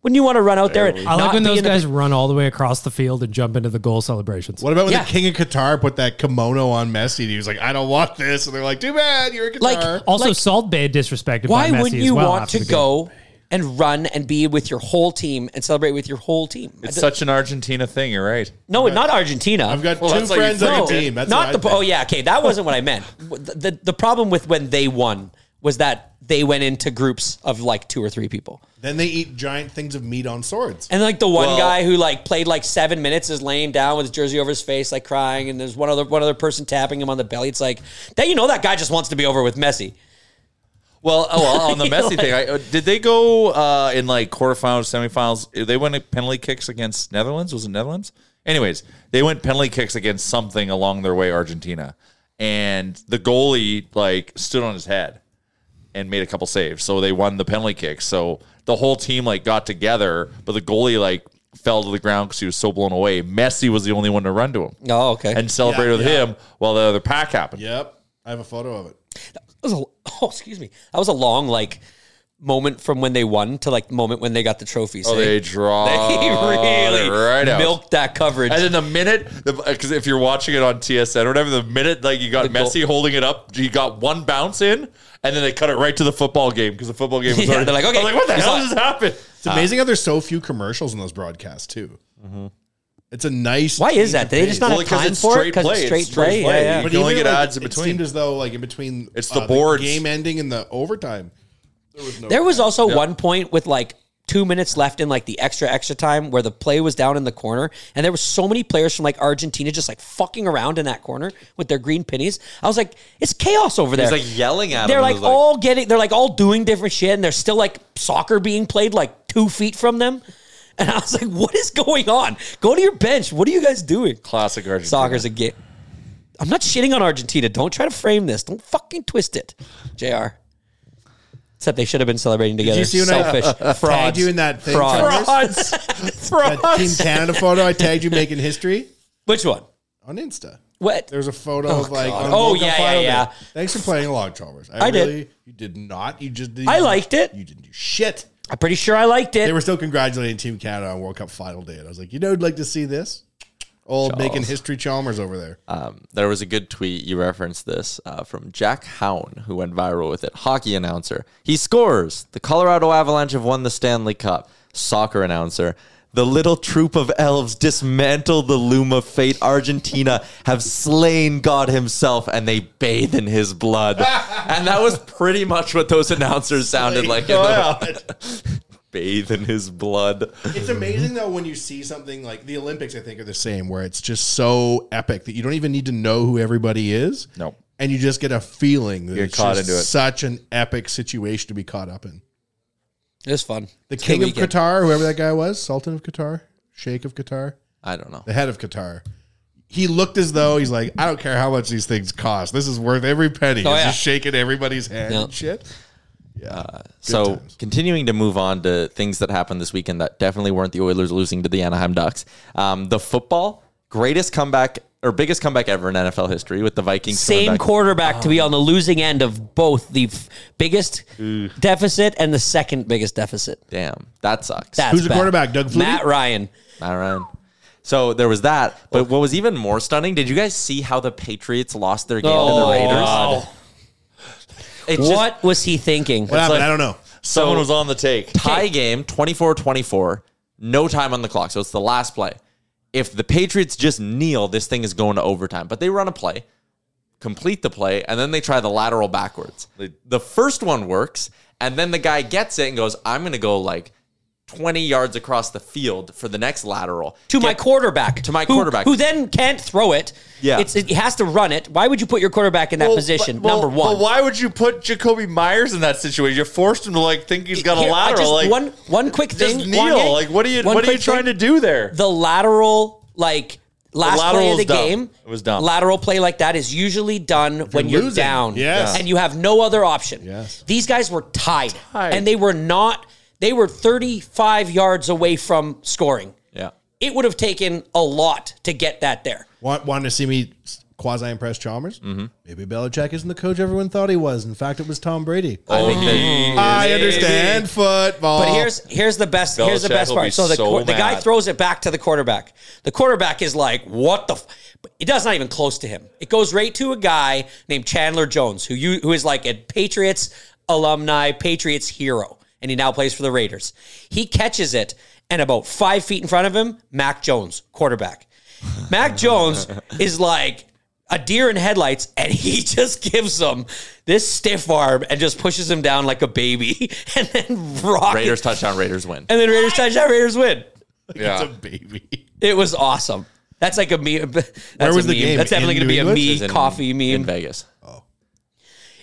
I: Wouldn't you want to run out there? And
E: I
I: not
E: like when
I: be
E: those
I: in the-
E: guys run all the way across the field and jump into the goal celebrations.
H: What about when
I: Yeah.
H: the king of Qatar put that kimono on Messi? And he was like, "I don't want this," and they're like, "Too bad, you're a Qatar."
I: Like, oh,
E: Also, Salt Bay disrespected.
I: Why
E: by Messi
I: wouldn't
E: as
I: you
E: well
I: want
E: after
I: to
E: the game.
I: go and run and be with your whole team and celebrate with your whole team?
F: It's such an Argentina thing. You're right.
I: no, not Argentina.
H: I've got
F: Well,
H: two
F: that's how you
H: friends
F: flip
H: on a
F: it.
H: team. That's
I: not
H: what I
I: the.
H: think.
I: Oh yeah, okay, that wasn't what I meant. The, the the problem with when they won was that they went into groups of like two or three people.
H: Then they eat giant things of meat on swords.
I: And like the one
F: Well-
I: guy who like played like seven minutes is laying down with his jersey over his face, like crying, and there's one other one other person tapping him on the belly. It's like that you know that guy just wants to be over with Messi.
F: Well, oh, well, on the Messi thing, I, uh, did they go uh, in like quarterfinals, semifinals? They went to penalty kicks against Netherlands. Was it Netherlands? Anyways, they went penalty kicks against something along their way, Argentina, and the goalie like stood on his head and made a couple saves, so they won the penalty kick. So the whole team like got together, but the goalie like fell to the ground because he was so blown away. Messi was the only one to run to him
I: Oh, okay.
F: and celebrate with him while the other pack happened.
H: Yep, I have a photo of it.
I: was a, oh, excuse me. That was a long like moment from when they won to like moment when they got the trophies.
F: Oh,
I: eh?
F: they draw
I: They really
F: right out.
I: milked that coverage.
F: And then the minute, because if you're watching it on TSN or whatever, the minute like you got
I: goal-
F: Messi holding it up, you got one bounce in, and then they cut it right to the football game because the football game was
I: Yeah,
F: already.
I: they're like,
F: I was
I: okay,
F: like what the
I: he's
F: hell
I: on.
F: just happened?
H: It's amazing how there's so few commercials in those broadcasts too.
F: Mm-hmm.
H: It's a nice.
I: Why is that? They just not
H: change of
I: have
H: pace.
I: time for it 'Cause it's straight play. Yeah, yeah.
F: You can only
H: even,
F: get
H: like,
F: ads in
H: it
F: between.
H: seemed as though like in between,
F: It's the boards.
H: game ending and the overtime.
I: There was also one point with like two minutes left in like the extra extra time where the play was down in the corner and there were so many players from like Argentina just like fucking around in that corner with their green pennies. I was like, it's chaos over there.
G: He's like yelling at
I: they're
G: him.
I: like,
G: He's
I: all getting they're like all doing different shit and there's still like soccer being played like two feet from them. And I was like, what is going on? Go to your bench. What are you guys doing?
F: Classic Argentina.
I: Soccer's a game. I'm not shitting on Argentina. Don't try to frame this. Don't fucking twist it, JR. Except they should have been celebrating together.
H: Did you see when
I: Selfish.
H: I
I: frauds.
H: tagged you in that thing?
I: Frauds.
H: Connors?
F: Frauds.
H: That Team Canada photo. I tagged you making history
I: Which one?
H: on Insta.
I: What?
H: There's a photo
I: Oh,
H: of like.
I: God.
H: on
I: Oh,
H: World Cup
I: yeah, yeah,
H: Final Day.
I: yeah.
H: Thanks for playing along, Chalmers.
I: I did.
H: You did not. You just.
I: I liked it.
H: You didn't do shit.
I: I'm pretty sure I liked it.
H: They were still congratulating Team Canada on World Cup Final Day, and I was like, you know, I'd like to see this. Old
G: Charles.
H: making history, Chalmers over there.
I: Uh,
G: Um, there was a good tweet you referenced this uh, from Jack Hown who went viral with it. Hockey announcer, he scores. The Colorado Avalanche have won the Stanley Cup. Soccer announcer, the little troop of elves dismantle the loom of fate. Argentina have slain God Himself, and they bathe in His blood. and that was pretty much what those announcers sounded like. in the- bathe in His blood.
H: It's amazing though when you see something like the Olympics, I think, are the same, where it's just so epic that you don't even need to know who everybody is.
F: No.
H: And you just get a feeling that
F: You're
H: it's
F: caught
H: just
F: into it.
H: such an epic situation to be caught up in.
I: it was fun.
H: The
I: It's a
H: king
I: good
H: of
I: weekend.
H: Qatar, whoever that guy was, Sultan of Qatar, Sheikh of Qatar,
G: I don't know.
H: the head of Qatar. He looked as though he's like, I don't care how much these things cost. This is worth every penny.
I: Oh,
H: He's
I: yeah.
H: just shaking everybody's hand
I: Yeah.
H: and shit.
G: so continuing to move on to things that happened this weekend that definitely weren't the Oilers losing to the Anaheim Ducks. Um, the football greatest comeback or biggest comeback ever in NFL history with the Vikings. coming
I: Same
G: back.
I: quarterback to be on the losing end of both the f- biggest deficit and the second biggest deficit.
G: Damn, that sucks.
I: That's
H: Who's the
I: bad.
H: quarterback? Doug Flutie?
I: Matt Ryan.
G: All right. So there was that. But what was even more stunning? Did you guys see how the Patriots lost their game to the
I: Oh,
G: Raiders?
I: God.
G: It's just
I: What was he thinking?
H: What happened?
G: like-
H: I don't know.
F: Someone was on the take.
G: tie game 24-24 no time on the clock so it's the last play if the patriots just kneel this thing is going to overtime but they run a play complete the play and then they try the lateral backwards the first one works and then the guy gets it and goes i'm going to go like 20 yards across the field for the next lateral
I: to my quarterback.
G: To my
I: who-
G: quarterback.
I: Who then can't throw it.
G: Yeah.
I: It's, it has to run it. Why would you put your quarterback in that position?
F: Well,
I: number one.
F: Well, why would you put Jacoby Myers in that situation? You forced him to like think he's got
I: Here,
F: a
I: I
F: lateral.
I: just-
F: like
I: one, one quick
F: just
I: thing.
F: kneel.
I: Wanye.
F: like what are you?
I: One
F: What are you
I: quick
F: trying
I: thing.
F: to do there?
I: The lateral, like last play
F: lateral
I: of the
F: is dumb.
I: game.
F: It was dumb.
I: Lateral play like that is usually done when
H: you're
I: you're
H: losing.
I: down.
H: Yes.
I: And you have no other option.
H: Yes.
I: These guys were tied,
F: Tied.
I: and they were not. They were 35 yards away from scoring.
G: yeah
I: It would have taken a lot to get that there.
H: Want, wanted to see me quasi impress Chalmers? Mm-hmm. Maybe Belichick isn't the coach everyone thought he was. In fact, it was Tom Brady.
G: i think they
H: I understand football.
I: Oh, But here's here's the best here's the
F: Belichick
I: best
F: will be
I: part. So the
F: so
I: qu- the guy
F: mad.
I: throws it back to the quarterback. The quarterback is like, "What the?" F-? But it does not even close to him. It goes right to a guy named Chandler Jones, who you who is like a Patriots alumni, Patriots hero, and he now plays for the Raiders. He catches it, and about five feet in front of him, Mac Jones, quarterback. Mac Jones is like a deer in headlights, and he just gives him this stiff arm and just pushes him down like a baby, and then rockets.
G: raiders touchdown raiders win
I: And then Raiders touchdown, Raiders win.
F: yeah.
H: baby.
I: It was awesome. That's like a meme. That's
H: Where was
I: a
H: the
I: meme.
H: game?
I: That's definitely
H: In
I: going to
H: New
I: be a
H: England?
G: It
I: me
G: was in-
I: coffee
G: in
I: meme.
G: vegas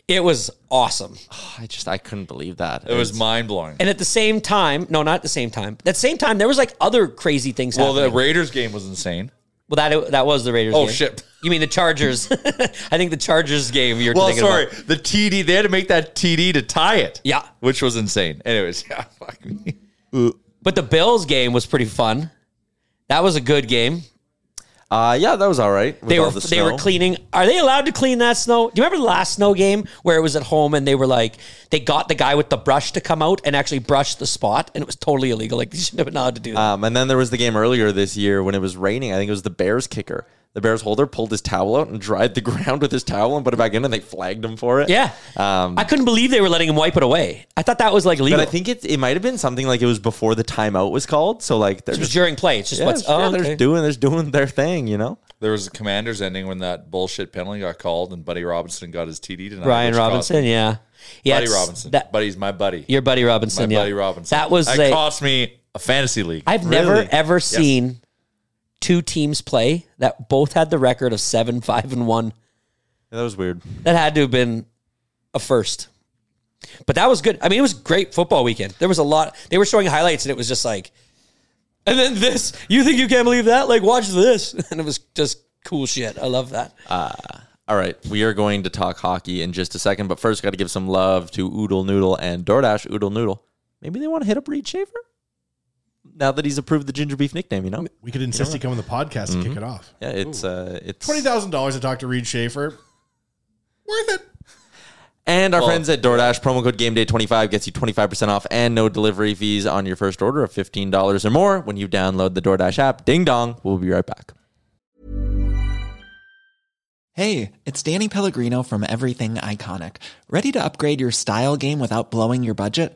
I: It was awesome.
G: i just i couldn't believe that
F: It was mind blowing.
I: And at the same time, no, not at the same time. At the same time, there was like other crazy things
F: Well, the
I: happening.
F: Raiders game was insane.
I: well, that that was the Raiders.
F: Oh,
I: game.
F: shit.
I: You mean the Chargers? I think the Chargers game. You're
F: Well,
I: thinking
F: sorry,
I: about.
F: the TD. They had to make that TD to tie it.
I: Yeah.
F: which was insane. Anyways, yeah, fuck me.
I: But the Bills game was pretty fun. That was a good game.
G: Uh, yeah, that was all right. with
I: They
G: all
I: were
G: the
I: they were
G: snow.
I: cleaning. Are they allowed to clean that snow? Do you remember the last snow game where it was at home and they were like they got the guy with the brush to come out and actually brush the spot and it was totally illegal. Like you shouldn't have been allowed to do that.
F: Uh,
G: Um, and then there was the game earlier this year when it was raining. I think it was the Bears kicker. The Bears holder pulled his towel out and dried the ground with his towel and put it back in, and they flagged him for it.
I: Yeah.
G: Um,
I: I couldn't believe they were letting him wipe it away. I thought that was like legal.
G: But I think it, it might have been something like it was before the timeout was called. So like they're
I: it was
G: just,
I: during play. It's just
G: yeah,
I: what's
G: yeah,
I: oh,
G: they're
I: okay.
G: just doing they're just doing their thing, you know.
F: There was a Commanders ending when that bullshit penalty got called and Buddy Robinson got his TD tonight.
I: Brian
F: which caused-
I: Robinson, yeah. Yeah,
F: Buddy
I: it's-
F: Robinson.
I: that-
F: Buddy's my buddy.
I: Your buddy Robinson,
F: my
I: yeah.
F: buddy Robinson.
I: That was
F: that
I: a-
F: cost me a fantasy league.
I: I've
F: Really?
I: never ever
F: Yes.
I: seen two teams play that both had the record of seven, five, and one.
G: Yeah, that was weird.
I: That had to have been a first. But that was good. I mean, it was great football weekend. There was a lot. They were showing highlights, and it was just like, and then this. You think you can't believe that? Like, watch this, and it was just cool shit. I love that.
G: All right, we are going to talk hockey in just a second, but first got to give some love to Oodle Noodle and DoorDash Oodle Noodle. Maybe they want to hit up Reed Schaefer now that he's approved the ginger beef nickname. You know,
H: We could insist he come on the podcast and
G: Mhm.
H: kick it off.
G: yeah, it's uh, it's
H: Twenty thousand dollars to talk to Reed Schaefer. Worth it.
G: And our
F: Well-
G: friends at DoorDash, promo code GameDay25 gets you 25% off and no delivery fees on your first order of $15 or more when you download the DoorDash app. Ding dong. We'll be right back.
J: Hey, it's Danny Pellegrino from Everything Iconic. Ready to upgrade your style game without blowing your budget?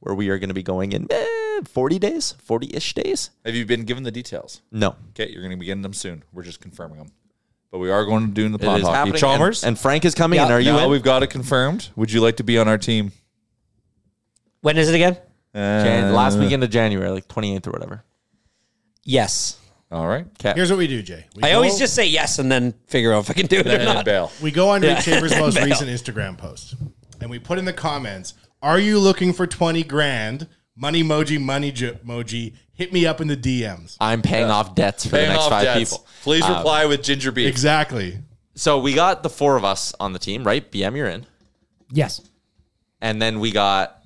G: where we are going to be going in eh, 40 days, 40 ish days.
F: Have you been given the details?
G: No.
F: Okay, you're going to be getting them soon. We're just confirming them. But we are going to do the
G: It
F: pod
G: is
F: hockey.
G: happening,
F: Chalmers
G: and- and Frank is coming, and are you
F: Now
G: in?
F: we've got it confirmed. Would you like to be on our team?
I: When is it again?
F: Uh,
G: Jan- last weekend of January, like 28th or whatever.
I: Yes.
F: All right.
H: Here's what we do, Jay. We
I: I always
H: go-
I: just say yes and then figure out if I can do it or not.
H: We go on
I: Yeah.
H: Reed Schaefer's most
I: Bail.
H: recent Instagram post and we put in the comments, Are you looking for 20 grand? Money emoji, money j- emoji. Hit me up in the DMs.
G: I'm paying off debts for
H: Paying
G: the next
H: off
G: five
H: debts.
G: people. Uh, Um,
H: Please reply
F: with ginger beef.
H: Exactly.
G: So we got the four of us on the team, right? BM, you're in.
E: Yes.
G: And then we got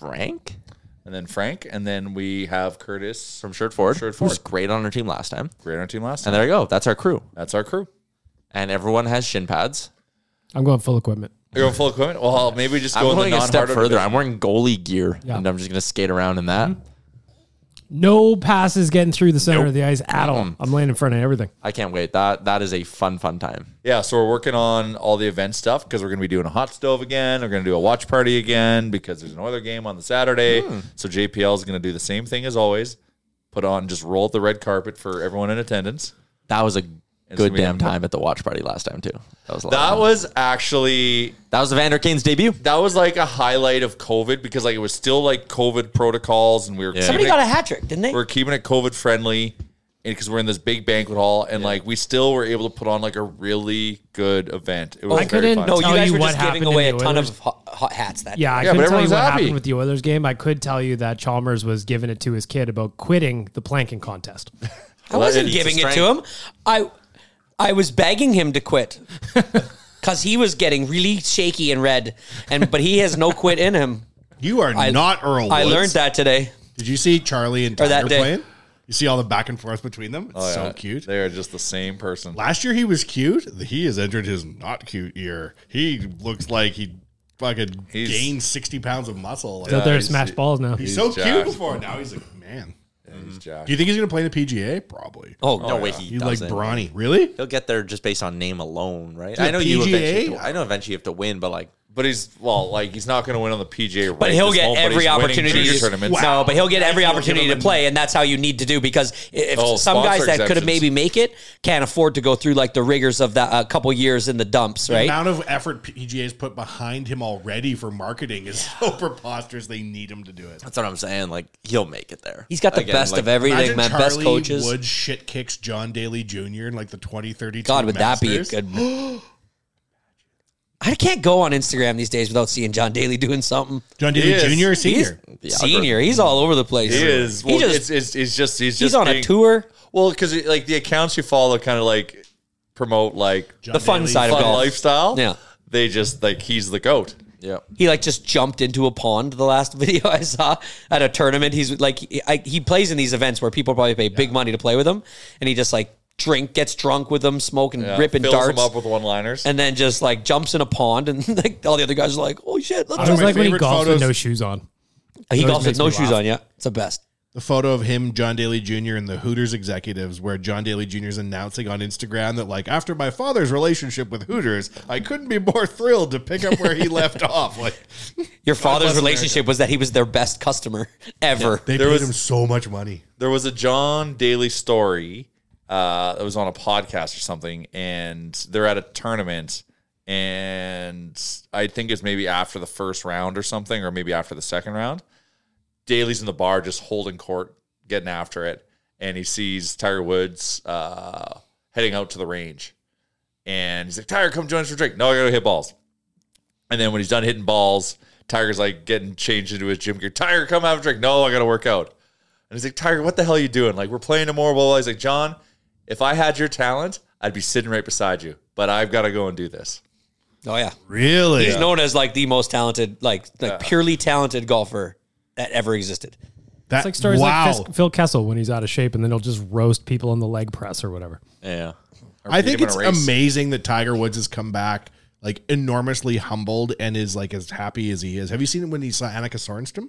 G: Frank.
F: And then Frank. And then we have Curtis
G: from Shirt Forward.
F: Shirt
G: who
F: Forward.
G: was great on our team last time.
F: Great on our team last
G: And there you go. That's our crew.
F: That's our crew.
G: And everyone has shin pads.
E: I'm going full equipment.
F: You're on full equipment? Well, maybe we just
G: I'm
F: go in the
G: going a step
F: non-harder
G: further.
F: division.
G: I'm wearing goalie gear,
E: Yeah.
G: and I'm just going to skate around in that.
E: No passes getting through the center
G: Nope.
E: of the ice at all.
G: Mm-mm.
E: I'm laying in front of everything.
G: I can't wait. That that is a fun, fun time.
F: Yeah, so we're working on all the event stuff because we're going to be doing a hot stove again. We're going to do a watch party again because there's an Oiler game on the Saturday. So JPL is going to do the same thing as always. Put on, just roll out the red carpet for everyone in attendance.
G: That was a
F: It's gonna
G: good
F: be
G: damn
F: fun.
G: time at the watch party last time too. That was a lot of
F: That
G: fun.
F: was actually
G: that was Evander Kane's debut.
F: That was like a highlight of COVID because like it was still like COVID protocols and we were
I: Somebody
F: keeping
I: got
F: it-
I: a hat trick, didn't they?
F: We're keeping it COVID friendly because we're in this big banquet hall and like we still were able to put on like a really good event. It was
E: I
F: very
E: couldn't-
F: fun.
I: No, you
E: Tell
I: guys
E: you
I: were
E: what
I: just
E: happened
I: giving
E: in
I: away a
E: the
I: ton
E: Oilers.
I: of hot, hot hats that
E: Yeah, I
I: day.
E: couldn't tell you
F: everyone's
E: what
F: happy.
E: happened with the Oilers game. I could tell you that Chalmers was giving it to his kid about quitting the planking contest.
I: I wasn't giving it to him. I I was begging him to quit because he was getting really shaky and red, and but he has no quit in him.
H: You are
I: I-
H: not Earl
I: I
H: Woods.
I: learned that today
H: Did you see Charlie and
I: or
H: Tyler
I: that day.
H: playing? You see all the back and forth between them. It's
F: Oh,
H: so
F: yeah.
H: cute.
F: They are just the same person.
H: Last year he was cute. He has entered his not cute year. He looks like he fucking gained sixty pounds of muscle. Like,
E: He's out there Yeah, to smash he's- balls now.
H: He's,
E: he's
H: so cute
E: jacked.
H: before now. He's like man.
F: he's
I: Mm-hmm.
F: jacked.
H: Do you think he's gonna play in the PGA? Probably.
G: Oh, no way he
H: He's like
G: doesn't.
H: Brawny. Really?
G: He'll get there just based on name alone, right?
H: To
G: I know you
H: PGA?
G: eventually. Have to, I know eventually you have to win, but like,
F: but he's well, like he's not going to win on the PGA.
I: But
F: right
I: he'll
F: this
I: get
F: hole, but
I: every
F: he's winning
I: opportunity.
F: junior
I: to-
F: tournaments.
I: No, but he'll get every
F: He'll give
I: opportunity
F: him
I: to play, and that's how you need to do because if
F: Oh,
I: some guys
F: sponsor
I: that could have
F: exemptions.
I: maybe make it can't afford to go through like the rigors of that a couple years in the dumps,
H: The
I: right?
H: amount of effort PGA's put behind him already for marketing is so preposterous. They need him to do it.
G: that's what I'm saying. Like, he'll make it there.
I: He's got the best of everything,
H: Imagine
I: man. Best
H: Charlie
I: coaches.
H: Wood shit kicks John Daly Jr. in like the 2032.
I: God, would that be a
H: Masters.
I: good- I can't go on Instagram these days without seeing John Daly doing something.
H: John Daly He is. Jr. or senior?
I: He's, senior. He's all over the place.
F: He is. Well,
I: he just
F: it's, it's, it's just he's,
I: he's
F: just
I: on a
F: being-
I: tour.
F: Well, because like the accounts you follow kind of like promote like
I: The fun Daly. side of golf.
F: lifestyle.
I: Yeah.
F: they just like he's the goat. Yeah,
I: He like just jumped into a pond. The last video I saw at a tournament, he's like he, I, he plays in these events where people probably pay big money to play with him, and he just like drink, gets drunk with them, smoking,
F: yeah.
I: ripping
F: Fills them
I: darts,
F: up with one liners.
I: and then just like jumps in a pond, and like all the other guys are like, "Oh shit!"
E: I was like when he golfed with no shoes on.
I: He
E: It always
I: golfs with
E: makes
I: no
E: me
I: shoes
E: laugh.
I: on. Yeah, it's the best.
H: The photo of him, John Daly Jr., and the Hooters executives, where John Daly Jr. is announcing on Instagram that, like, after my father's relationship with Hooters, I couldn't be more thrilled to pick up where he left off. Like,
I: Your father's
H: bless America.
I: relationship was that he was their best customer ever.
H: they
F: There
H: paid
F: was-
H: him so much money.
F: there was a John Daly story uh, that was on a podcast or something, and they're at a tournament, and I think it's maybe after the first round or something, or maybe after the second round. Daly's in the bar just holding court, getting after it, and he sees Tiger Woods uh, heading out to the range, and he's like, "Tiger, come join us for a drink." No, I gotta hit balls. And then when he's done hitting balls, Tiger's like getting changed into his gym gear. Tiger, come have a drink. No, I gotta work out. And he's like, Tiger, what the hell are you doing? Like, we're playing tomorrow. Blah, blah. He's like, John, if I had your talent, I'd be sitting right beside you, but I've got to go and do this.
I: Oh yeah,
H: Really?
I: He's known as like the most talented, like like purely talented golfer that ever existed.
E: It's like stories like Fis- Phil Kessel when he's out of shape, and then he'll just roast people on the leg press or whatever.
G: Yeah.
H: I think it's amazing that Tiger Woods has come back like enormously humbled and is like as happy as he is. Have you seen it when he saw Annika Sorenstam?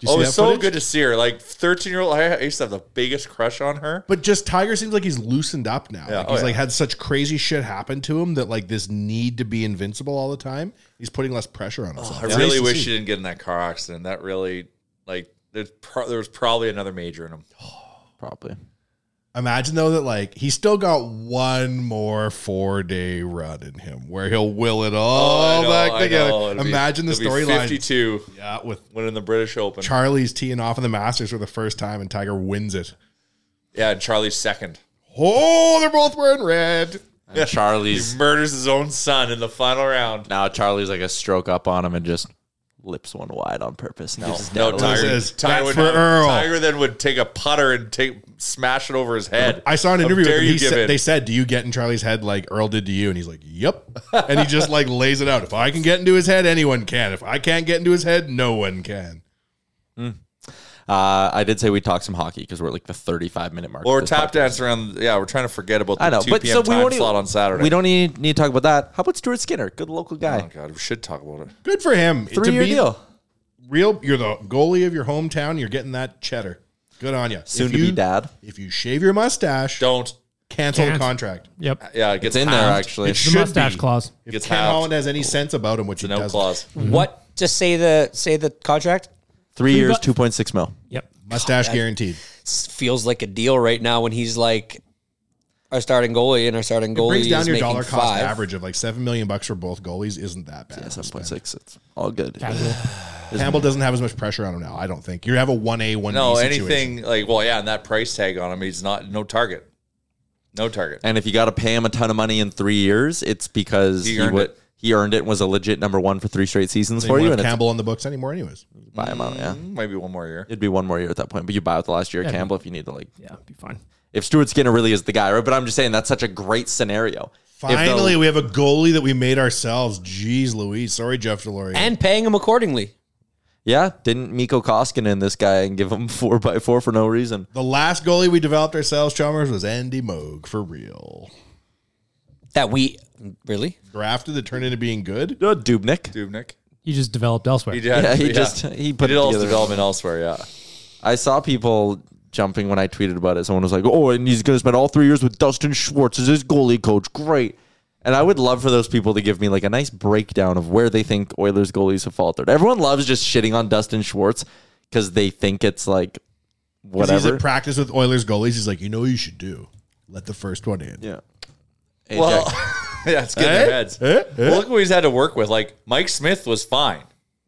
H: Did you
F: Oh,
H: see
F: it's
H: that
F: so
H: footage?
F: good to see her. Like, 13 year old, I I used to have the biggest crush on her.
H: But just Tiger seems like he's loosened up now.
F: Yeah.
H: Like
F: Oh,
H: he's
F: yeah.
H: like had such crazy shit happen to him that like this need to be invincible all the time. He's putting less pressure on himself.
F: Oh, I
H: It's nice
F: really
H: to
F: wish
H: see.
F: she didn't get in that car accident. That really, like, there's pro- there was probably another major in him.
H: Oh,
G: Probably.
H: Imagine though that like he's still got one more four day run in him where he'll will
F: Oh,
H: it all back together. Imagine the storyline.
F: 52.
H: Yeah, with
F: winning the British Open.
H: Charlie's teeing off in the Masters for the first time and Tiger wins it.
F: yeah, and Charlie's second.
H: Oh, they're both wearing red.
G: And Charlie's
F: He murders his own son in the final round.
G: now Charlie's like a stroke up on him and just lips one wide on purpose.
F: No,
G: Just
F: no,
G: down.
F: Tiger.
H: This is-
F: Tiger,
H: that's
F: would,
H: for Earl.
F: Tiger then would take a putter and take smash it over his head.
H: I saw an
F: How
H: interview with
F: dare
H: him.
F: you
H: He
F: give
H: said,
F: in.
H: they said, "Do you get in Charlie's head like Earl did to you?" And he's like, "Yep." And he just like lays it out. If I can get into his head, anyone can. If I can't get into his head, no one can.
G: Uh, I did say we talked some hockey because we're at like the 35 minute mark.
F: Well,
G: of
F: we're
G: this
F: tap
G: podcast.
F: dancing around. Yeah, we're trying to forget about the
G: I know,
F: 2
G: but
F: p.m.
G: so we
F: time
G: won't e-
F: slot on Saturday.
G: We don't need, need to talk about that. How about Stuart Skinner? Good local
F: Oh,
G: guy.
F: God, we should talk about it.
H: Good for him. To
G: Three year
H: be
G: deal.
H: Real, you're the goalie of your hometown. You're getting that cheddar. Good on you.
G: Soon to be dad.
H: If you shave your mustache,
F: Don't.
H: cancel the
E: Can't.
H: contract.
E: Yep.
F: Yeah, it gets
G: It's in there,
F: halved.
G: actually.
H: It
E: The
H: should
E: mustache
H: be.
E: clause.
H: If
F: Gets
H: Ken
F: halved.
H: Holland has any sense about him, which he
F: It's a no
H: doesn't,
F: clause.
I: What? Just say the say the contract.
G: Three years,
E: bu-
G: 2.6 mil.
E: Yep.
H: mustache guaranteed.
I: S- Feels like a deal right now when he's like our starting goalie and our starting
H: It
I: goalie
H: brings down
I: is
H: your
I: making
H: dollar cost
I: five.
H: average of like seven million bucks for both goalies. Isn't that bad?
G: Yeah, 7.6. It's all good.
H: Campbell doesn't have as much pressure on him now. I don't think you have a one A one.
F: No,
H: B
F: anything like well, yeah, and that price tag on him, he's not no target, no target.
G: And if you got to pay him a ton of money in three years, it's because
F: He
G: he,
F: earned
G: wa-
F: it.
G: he earned it and was a legit number one for three straight seasons
H: They
G: for
H: won't
G: you.
H: have
G: And it's
H: Campbell on the books anymore, anyways.
G: buy him out. Yeah.
F: Maybe one more year.
G: It'd be one more year at that point, but you buy out the last year, Campbell, if you need to, like,
E: Yeah, be fine.
G: if Stuart Skinner really is the guy, right? But I'm just saying that's such a great scenario. If the-
H: Finally, we have a goalie that we made ourselves. Jeez, Louise. Sorry, Jeff Delory.
I: and paying him accordingly.
G: Yeah, didn't Miko Koskinen this guy and give him four by four for no reason?
H: The last goalie we developed ourselves, Chalmers, was Andy Moog for real.
I: That we really
H: drafted to turn into being good.
G: Uh, Dubnik.
F: Dubnik.
E: He just developed elsewhere.
F: He did. Yeah,
G: he
F: yeah.
G: just he
F: He
G: put
F: did
G: it
F: all his
G: together.
F: development elsewhere. Yeah,
G: I saw people jumping when I tweeted about it. Someone was like, "Oh, and he's going to spend all three years with Dustin Schwartz as his goalie coach. Great." And I would love for those people to give me like a nice breakdown of where they think Oilers goalies have faltered. Everyone loves just shitting on Dustin Schwartz because they think it's like
H: 'Cause He's
G: whatever.
H: at practice with Oilers goalies. He's like, you know, what you should do let the first one in.
G: Yeah.
F: well, yeah, it's getting in
H: Eh?
F: their heads.
H: Eh? Eh?
F: Well, look what he's had to work with. Like Mike Smith was fine.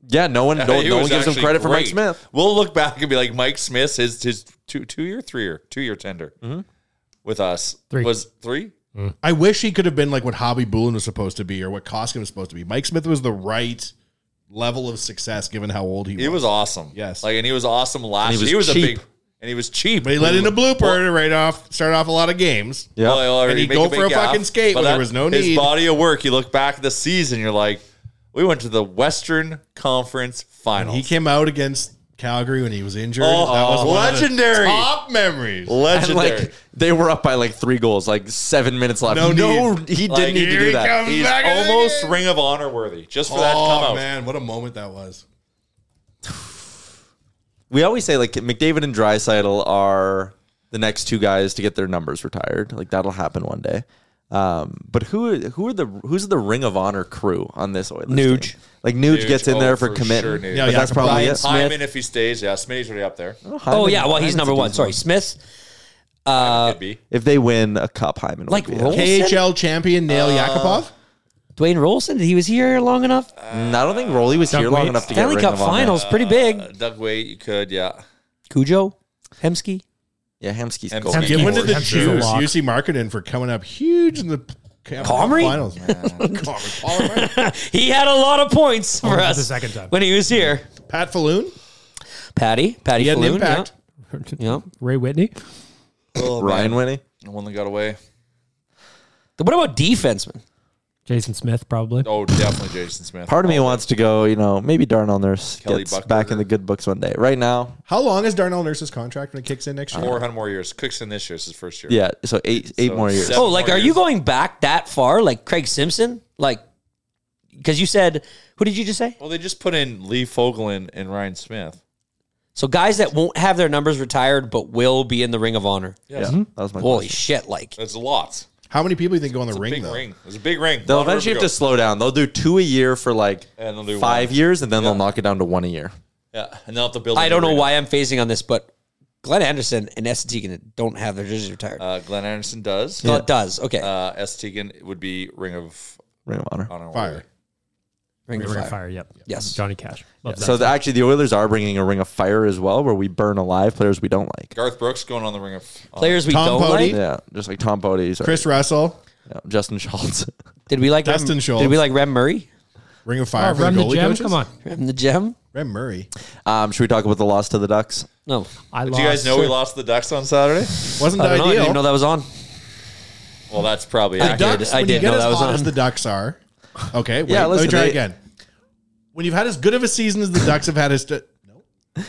G: yeah, no one, no,
F: He
G: no
F: was
G: one gives him
F: actually
G: credit for Mike
F: great.
G: Smith.
F: We'll look back and be like, Mike Smith, his his two two year, three year, two year tender with us
H: Mm-hmm. Three.
F: was three.
H: I wish he could have been like what Hobby Boolin was supposed to be or what Koskin was supposed to be. Mike Smith was the right level of success given how old he was.
F: He was awesome. Yes, like and he was awesome last.
H: And he
F: year. He
H: was
F: was
H: cheap.
F: a big and he was cheap.
H: But he let in a blooper to right off, start off a lot of games.
F: Well, well,
H: and
F: already
H: he'd
F: make
H: go
F: big
H: for a
F: gaff,
H: fucking skate
F: but
H: when there
F: that-
H: was no
F: His
H: need.
F: body of work. You look back at the season, you're like, we went to the Western Conference Finals.
H: He came out against Calgary when he was injured.
F: Oh,
H: one of the
F: legendary.
H: top memories.
G: And, like, they were up by like three goals, like seven minutes left. No,
H: No
G: he
F: Like,
G: didn't need to
F: here
G: do
F: he
G: that.
F: comes He's back in the almost game. Ring of Honor worthy just for that
H: Oh,
F: come out.
H: man, what a moment that was.
G: we always say like McDavid and Drysidle are the next two guys to get their numbers retired. Like that'll happen one day. Um, but who who are the who's the Ring of Honor crew on this Oilers?
I: Nuge.
G: team? like Nuge,
F: Nuge,
G: gets in
F: oh,
G: there for,
F: for sure,
G: commitment.
F: Nuge.
G: yeah,
F: Yeah,
G: that's probably
I: Ryan
G: it.
F: Hyman, if he stays, yeah, Smitty's already up there.
I: oh yeah, well he's number one. Sorry, Smith. Uh,
G: If they win a cup, Hyman
I: Like
G: would be
I: Rolson?
H: KHL champion Nail
I: Uh,
H: Yakupov.
I: Dwayne Rolson. He was here long enough.
G: it. I don't think Rolly was here long enough to
I: Stanley
G: get Ring
I: Cup
G: of Honor.
I: Finals, pretty big.
F: Uh, Doug Waite, you could, yeah.
I: Cujo, Hemsky.
G: Yeah, Hemsky's
F: Hemsky.
G: goal.
F: Hemsky.
H: Give one to the
F: Hemsky's a
H: Jews.
F: lock.
H: UC Marketing for coming up huge in the
I: Comrie?
H: finals.
I: he had a lot of points for
E: Only for
I: us
E: the second time.
I: when he was here.
H: Pat Falloon,
I: Patty, Patty
H: He had an
I: Falloon, yeah.
H: impact.
I: yeah.
E: Ray Whitney.
H: Oh,
G: Ryan Winnie.
F: The one that got away.
I: What about defensemen?
E: Jason Smith, probably.
F: Oh, definitely Jason Smith. Oh,
G: Part of me wants to go, you know, maybe Darnell Nurse
F: Kelly
G: gets back in the good books one day. Right now,
H: How long is Darnell Nurse's contract when it kicks in next year?
F: 400 more years. Cookson this year is his first year.
G: yeah, so eight eight
F: So
G: more years.
F: seven
I: oh, like,
F: more
I: are
F: years.
I: you going back that far? Like Craig Simpson? Like, because you said, who did you just say?
F: Well, they just put in Lee Fogelin and Ryan Smith.
I: So guys that won't have their numbers retired but will be in the Ring of Honor.
F: Yes.
G: Yeah, that was my
I: Holy
G: question.
I: shit! Like,
F: That's lots.
H: How many people do you think go on the
F: It's a
H: ring
F: big
H: though?
F: ring. It's a big ring.
G: They'll
F: Lot of
G: eventually
F: room
G: have
F: to
G: to slow down. They'll do two a year for like
F: And they'll do
G: five
F: one.
G: years, and then they'll knock it down to one a year.
F: go. Yeah, and they'll have to build.
I: I
F: a
I: don't
F: new
I: know
F: ring.
I: why I'm phasing on this, but Glenn Anderson and Estetegan don't have their jerseys retired.
F: Uh, Glenn Anderson does.
I: Scott does. Okay,
F: Uh, S. Tegan would be Ring of
G: Ring of Honor.
F: Honor.
H: Fire.
I: Ring, of
E: Ring
I: Fire.
E: of Fire. Yep.
I: Yes.
E: Johnny Cash. Love that.
G: So the, actually, the Oilers are bringing a Ring of Fire as well, where we burn alive players we don't like.
F: Garth Brooks going on the Ring of Honor.
I: Players we
H: Tom
I: don't
H: Pody?
I: like.
G: Yeah, just like Tom Bodie,
H: Chris Russell,
G: yeah, Justin Schultz.
I: Did we
F: um,
I: like
H: Dustin
I: Rem,
H: Schultz.
I: Did we like Rem Murray?
H: Ring of Fire
E: Oh,
H: for the
E: Rem the
H: goalie
E: Gem?
H: coaches.
E: Come on.
I: Rem the Gem?
H: Rem Murray.
G: Um, should we talk about the loss to the Ducks?
I: No,
E: I
F: Did
E: lost.
F: you guys know we lost to the Ducks on Saturday?
H: Wasn't
I: I don't know. I didn't
H: ideal.
I: even know that was on.
F: Well, that's probably
H: The
F: accurate.
H: Ducks,
I: I
H: when you
I: did
H: get
I: know
H: as
I: that was
H: hot
I: on.
H: as the Ducks are. Okay, wait,
G: Yeah,
H: let
G: listen,
H: me try
G: they-
H: again. When you've had as good of a season as the Ducks have had, as st- no.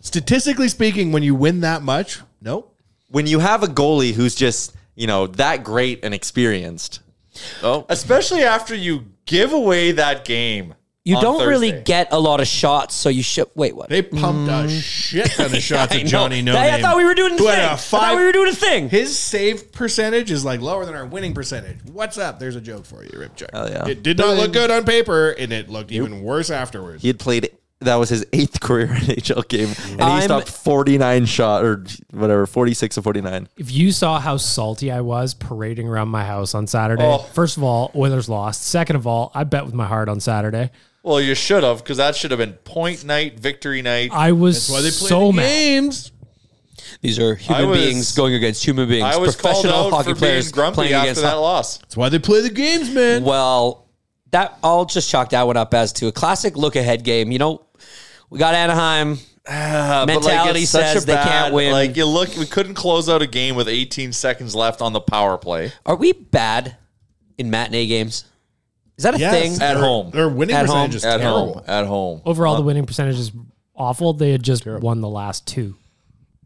H: Statistically speaking, when you win that much, nope.
G: When you have a goalie who's just you know that great and experienced. Oh,
F: Especially after you give away that game.
I: You
F: on
I: don't really
F: Thursday.
I: get a lot of shots, so you should wait. What?
H: They pumped a shit ton of shots
I: Mm. I
H: at
I: know.
H: Johnny No
I: Hey, I,
H: Name.
I: thought we were doing a
H: who
I: thing.
H: had
I: I
H: a
I: thought
H: five-
I: we were doing a thing.
H: His save percentage is like lower than our winning percentage. What's up? There's a joke for you, Ripcheck.
G: Hell yeah.
H: It did not look good on paper, and it looked even worse afterwards.
G: He had played. That was his eighth career NHL game, and he
I: I'm-
G: stopped 49 shot or whatever, 46 of 49.
E: If you saw how salty I was parading around my house on Saturday,
F: Oh.
E: first of all, Oilers lost. Second of all, I bet with my heart on Saturday.
F: Well, you should have because that should have been point night, victory night.
E: I was
H: That's why they play
E: so
H: the
E: mad.
H: games.
I: These are
F: I
I: human
F: was-
I: beings going against human beings.
F: I was called
I: professional
F: out
I: hockey
F: for
I: players
F: being grumpy
I: playing
F: after
I: against
F: that loss.
H: That's why they play the games, man.
I: Well, that I'll just chalk that one up as to a classic look ahead game. You know, we got Anaheim.
F: Uh, but,
I: Mentality
F: it's such
I: says
F: a
I: they can't win.
F: Like you look, we couldn't close out a game with 18 seconds left on the power play.
I: Are we bad in matinee games? Is that a
F: Yes,
I: thing?
F: at home.
H: Their winning
I: At
H: percentage
I: home.
H: is
F: At
H: terrible.
F: home. At home.
E: Overall, the winning percentage is awful. They had just won the last two.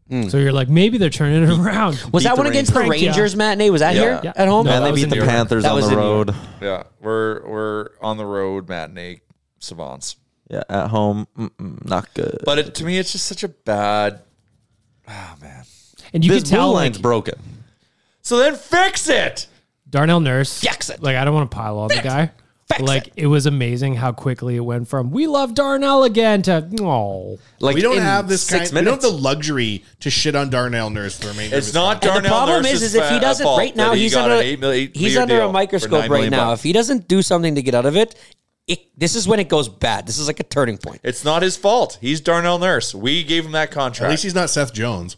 E: So you're like, maybe they're turning it around.
I: Was that one against the Rangers, matinee? Was that here
E: Yeah.
I: at home?
E: No,
K: and
E: that
K: they
E: was
K: beat
E: in
K: the
E: New York.
K: Panthers
I: That
K: on
I: was
K: the
I: in New
K: road.
F: Yeah, we're we're on the road matinee savants.
K: Yeah, at home, mm-mm, not good.
F: But it, to me, it's just such a bad.
E: And you
K: this
E: could tell,
K: blue line's
E: like-
K: broken.
F: So then fix it.
E: Darnell Nurse. Like I don't want to pile on the guy. but like it. was amazing how quickly it went from we love Darnell again to oh
K: Like
H: we don't have this kind. We don't have the luxury to shit on Darnell Nurse for the remainder. of
F: It's
H: his
F: not
H: contract.
F: Darnell
I: the problem is, is if he doesn't right now, he's under he's under a microscope right now. If he doesn't do something to get out of it, it, this is when it goes bad. This is like a turning point.
F: It's not his fault. He's Darnell Nurse. We gave him that contract.
H: At least he's not Seth Jones.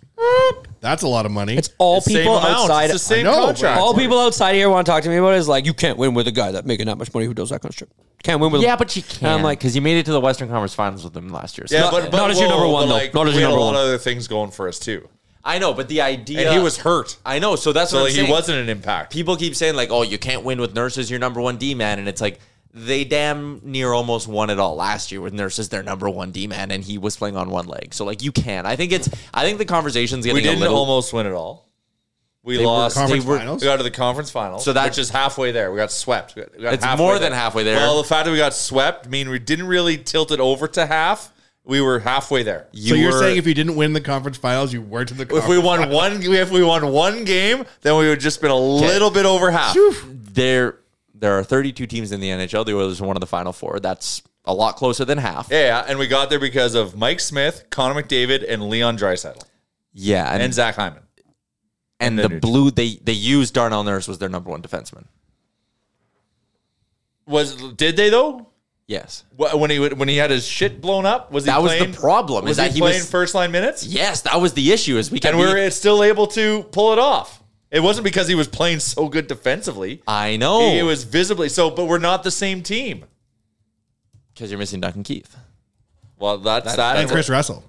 H: That's a lot of money. It's
I: All
F: same
I: people
F: amount.
I: outside,
F: It's the same
I: I know.
F: contract.
I: All people outside here want to talk to me about is like you can't win with a guy that making that much money who does that kind of shit. Can't win with
G: Yeah, but you
I: And
G: can.
I: I'm like,
G: because you made it to the Western Conference Finals with them last year.
F: yeah, but, but
I: not as your
F: whoa,
I: number one,
F: but,
I: though.
F: Like,
I: Not as
F: we
I: your
F: had
I: number
F: a lot
I: one.
F: of other things going for us too.
G: I know, but the idea
F: And he was hurt.
G: I know, so that's
F: So
G: what I'm
F: he
G: saying.
F: wasn't an impact.
G: People keep saying like, "Oh, you can't win with nurses. Your number one D man," and it's like they damn near almost won it all last year with nurses their number one D man, and he was playing on one leg. So like, you can. I think it's. I think the conversation's getting
F: We
G: a
F: didn't
G: little.
F: almost win it all. We
G: They were
F: lost.
G: conference
F: we, were-
G: finals?
F: we got to the conference finals.
G: So
F: So
G: that-
F: that's just halfway there. We got swept. We got- we got
G: It's more than halfway there.
F: Well, the fact that we got swept mean we didn't really tilt it over to half. We were halfway there.
H: so you're saying if you didn't win the conference finals, you weren't in the. Conference
F: if we won
H: finals.
F: one if we won one game, then we would just been a little bit over half.
G: There, there are 32 teams in the NHL. The Oilers are one of the final four. That's a lot closer than half.
F: Yeah, and we got there because of Mike Smith, Connor McDavid, and Leon Dreisettle.
G: Yeah, I mean-
F: and Zach Hyman.
G: and the blue they they used Darnell Nurse was their number one defenseman.
F: Was did they though?
G: Yes.
F: Wh- When he would- when he had his shit blown up, was he
G: That was the
F: playing,
G: problem, is
F: Was
G: that
F: he,
G: he was-
F: playing first line minutes?
G: Yes, that was the issue. Is we kept
F: and we
G: being-
F: were still able to pull it off. It wasn't because he was playing so good defensively.
G: I know
F: It was visibly so, but we're not the same team.
G: because you're missing Duncan Keith
F: Well, that's
H: that and Chris Russell.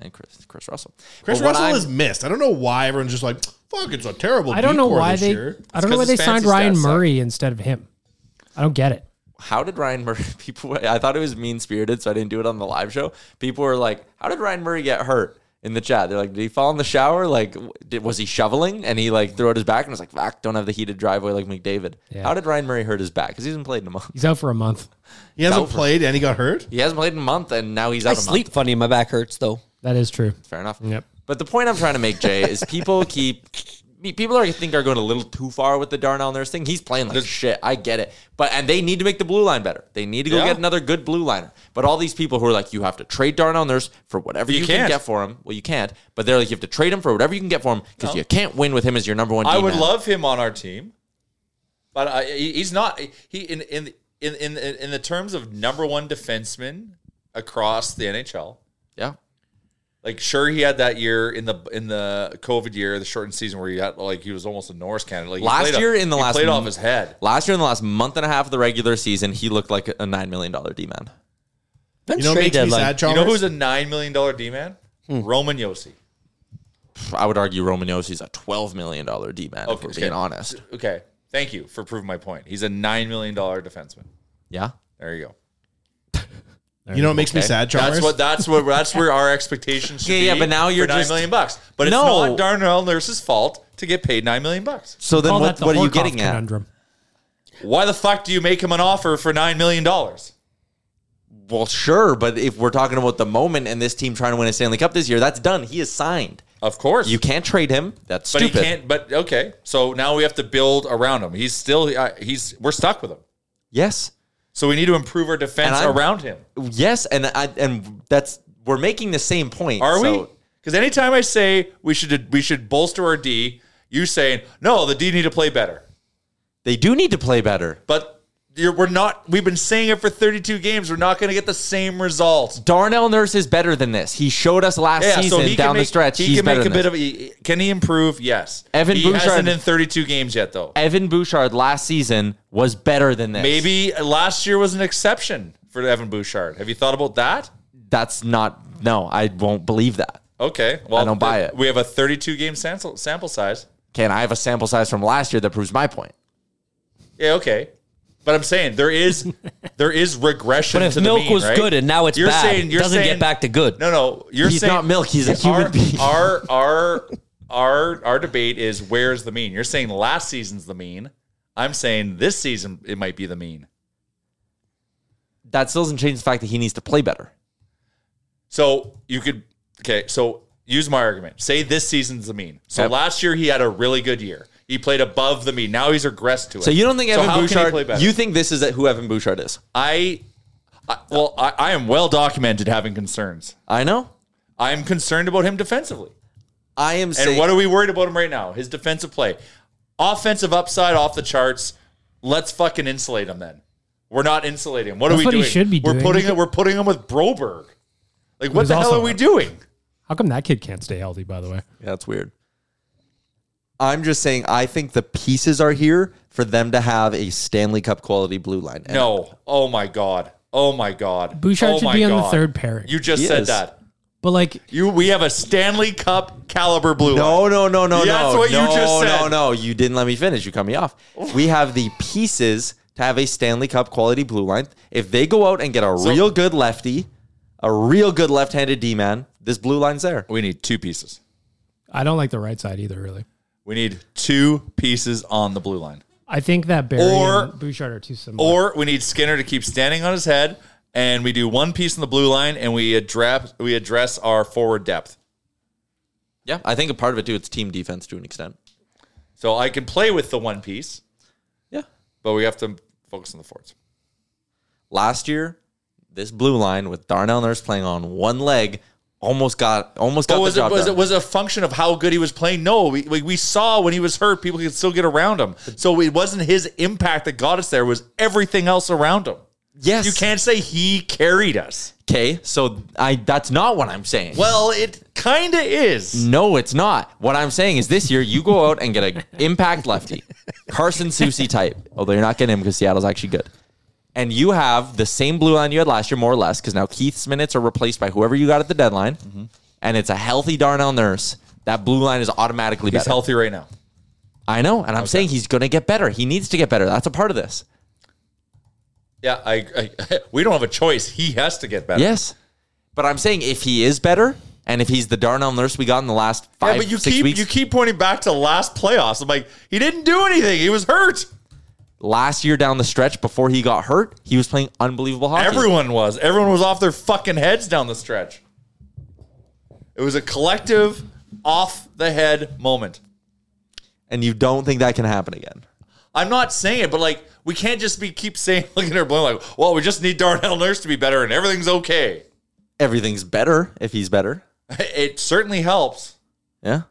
G: and Chris Chris Russell.
H: Chris
G: But what
H: Russell
G: I'm-
H: is missed. I don't know why everyone's just like, "Fuck, it's a terrible."
E: I don't know
H: decor
E: why
H: this
E: they
H: year."
E: I don't know why they signed Ryan Murray instead of him. I don't get it.
G: How did Ryan Murray? People, I thought it was mean spirited, so I didn't do it on the live show. People were like, "How did Ryan Murray get hurt?" In the chat, they're like, "Did he fall in the shower? Like, w- did, was he shoveling?" And he like threw out his back and was like, "Fuck, don't have the heated driveway like McDavid."
E: Yeah.
G: How did Ryan Murray hurt his back? Because he hasn't played in a month.
E: He's out for a month.
H: He hasn't
G: Out for-
H: played and he got hurt.
G: He hasn't played in a month, and now he's
I: I
G: out. a
I: sleep funny. My back hurts though.
E: That is true.
G: Fair enough.
E: Yep.
G: But the point I'm trying to make, Jay, is people keep people are I think are going a little too far with the Darnell Nurse thing. He's playing like shit. I get it, but and they need to make the blue line better. They need to go
F: Yeah.
G: get another good blue liner. But all these people who are like, you have to trade Darnell Nurse for whatever
F: You
G: you, can
F: can't.
G: get for him. Well, you can't. But they're like, you have to trade him for whatever you can get for him because
F: No.
G: you can't win with him as your number one.
F: I would
G: D-man.
F: love him on our team, but I, he- he's not. He in in in in in the terms of number one defenseman across the NHL.
G: Yeah.
F: Like sure, he had that year in the in the COVID year, the shortened season where he had like he was almost a Norris candidate. Like, he
G: last
F: played
G: year
F: off-
G: in the
F: he
G: last
F: played off
G: m-
F: his head.
G: Last year in the last month and a half of the regular season, he looked like a nine million dollar D man.
I: You know what trade makes me deadline. sad,
F: You know
I: Chalmers?
F: who's a nine million dollar D man?
G: Hmm.
F: Roman Yossi.
G: I would argue Roman Yossi's a twelve million dollar D man. if we're being honest.
F: Okay, thank you for proving my point. He's a nine million dollar defenseman.
G: Yeah.
F: There you go.
H: You know what makes me sad, Chalmers?
F: That's what. That's what. That's where our expectations should
G: Yeah, yeah,
F: be
G: but now you're
F: for nine
G: just-
F: million bucks. But it's
G: No.
F: not Darnell Nurse's fault to get paid nine million bucks.
G: So then,
E: Call
G: what,
E: that the
G: what are you
E: Horkoff
G: getting at?
E: conundrum.
F: Why the fuck do you make him an offer for nine million dollars?
G: Well, sure, but if we're talking about the moment and this team trying to win a Stanley Cup this year, that's done. He is signed.
F: Of course,
G: you can't trade him. That's
F: But
G: stupid.
F: he can't. But okay, so now we have to build around him. He's still. I- He's. We're stuck with him.
G: Yes.
F: So we need to improve our
G: And
F: defense
G: I'm-
F: around him.
G: Yes, and I and that's we're making the same point.
F: Are we?
G: so-
F: Because anytime I say we should we should bolster our D, you saying no, the D need to play better.
G: They do need to play better.
F: But you're, we're not. We've been saying it for 32 games. We're not going to get the same results.
G: Darnell Nurse is better than this. He showed us last season
F: he can
G: down the
F: make-
G: stretch.
F: He
G: he's
F: can
G: better
F: make a bit
G: than this.
F: of. he- Can he improve? Yes.
G: Evan
F: he
G: Bouchard-
F: hasn't in 32 games yet, though.
G: Evan Bouchard last season was better than this.
F: Maybe last year was an exception for Evan Bouchard. Have you thought about that?
G: that's not. No, I won't believe that.
F: Okay. Well,
G: I don't buy
F: th-
G: it.
F: We have a 32 game sample sample size.
G: Can I have a sample size from last year that proves my point?
F: Yeah. Okay. But I'm saying there is there is regression.
I: But if
F: to the
I: milk
F: mean,
I: was
F: right?
I: good and now it's
F: you're
I: bad,
F: saying,
I: it
F: you're
I: doesn't get
F: saying-
I: back to good.
F: No, no, you're
I: He's
F: saying
I: not milk, he's a
F: our,
I: human being.
F: Our our our our debate is where's the mean. You're saying last season's the mean. I'm saying this season it might be the mean.
G: That still doesn't change the fact that he needs to play better.
F: So you could okay. So use my argument. Say this season's the mean. So
G: Yep.
F: last year he had a really good year. He played above the mean. Now he's regressed to it.
G: So you don't think
F: So
G: Evan
F: how can he play
G: Bouchard?
F: better?
G: You think this is who Evan Bouchard is?
F: I, I well, I, I am well documented having concerns.
G: I know.
F: I am concerned about him defensively.
G: I am.
F: And
G: saying-
F: what are we worried about him right now? His defensive play, offensive upside off the charts. Let's fucking insulate him then. We're not insulating him. What
E: That's
F: are we
E: what he
F: doing?
E: should be
F: we're
E: doing.
F: putting we're putting him with Broberg. Like
E: Who
F: what
E: is
F: the hell
E: also
F: are we
E: out.
F: doing?
E: How come that kid can't stay healthy? By the way,
G: Yeah, that's weird. I'm just saying. I think the pieces are here for them to have a Stanley Cup quality blue line. And
F: No. Oh my god. Oh my god.
E: Bouchard
F: Oh
E: should
F: my
E: be on the
F: God.
E: third pairing.
F: You just
E: He
F: said
E: is.
F: that.
E: But like,
F: You we have a Stanley Cup caliber blue.
G: No,
F: line.
G: no, no, no, no.
F: That's what you
G: no,
F: just said.
G: No, no, you didn't let me finish. You cut me off. We have the pieces to have a Stanley Cup quality blue line. If they go out and get a real good lefty, a real good left-handed D-man, this blue line's there.
F: We need two pieces.
E: I don't like the right side either. Really,
F: We need two pieces on the blue line.
E: I think that Barry
F: Or-
E: and Bouchard are too similar.
F: Or we need Skinner to keep standing on his head and we do one piece on the blue line and we address we address our forward depth.
G: Yeah, I think a part of it too. It's team defense to an extent.
F: So I can play with the one piece.
G: Yeah.
F: But we have to focus on the forwards.
G: Last year, this blue line with Darnell Nurse playing on one leg almost got almost got
F: But was
G: the
F: it
G: job
F: was
G: done.
F: it was it a function of how good he was playing? No, we we, we saw when he was hurt, people could still get around him. So it wasn't his impact that got us there; it was everything else around him.
G: Yes,
F: you can't say he carried us.
G: Okay, so I that's not what I'm saying.
F: Well, it kind of is.
G: No, it's not. What I'm saying is this year you go out and get an impact lefty, Carson Susie type. Although you're not getting him because Seattle's actually good. And you have the same blue line you had last year, more or less, because now Keith's minutes are replaced by whoever you got at the deadline,
F: Mm-hmm.
G: and it's a healthy Darnell Nurse. That blue line is automatically
F: He's
G: better.
F: healthy right now.
G: I know, and I'm saying he's going to get better. He needs to get better. That's a part of this.
F: Yeah, I, I we don't have a choice. He has to get better.
G: Yes, but I'm saying if he is better, and if he's the Darnell Nurse we got in the last five,
F: yeah, but you
G: six
F: keep
G: weeks,
F: you keep pointing back to last playoffs. I'm like, he didn't do anything. He was hurt.
G: last year down the stretch before he got hurt, he was playing unbelievable hockey.
F: Everyone was. Everyone was off their fucking heads down the stretch. It was a collective off the head moment.
G: and you don't think that can happen again.
F: I'm not saying it, but like we can't just be keep saying looking at her blame like, well, we just need Darnell Nurse to be better and everything's okay.
G: Everything's better if he's better.
F: It certainly helps,
G: Yeah.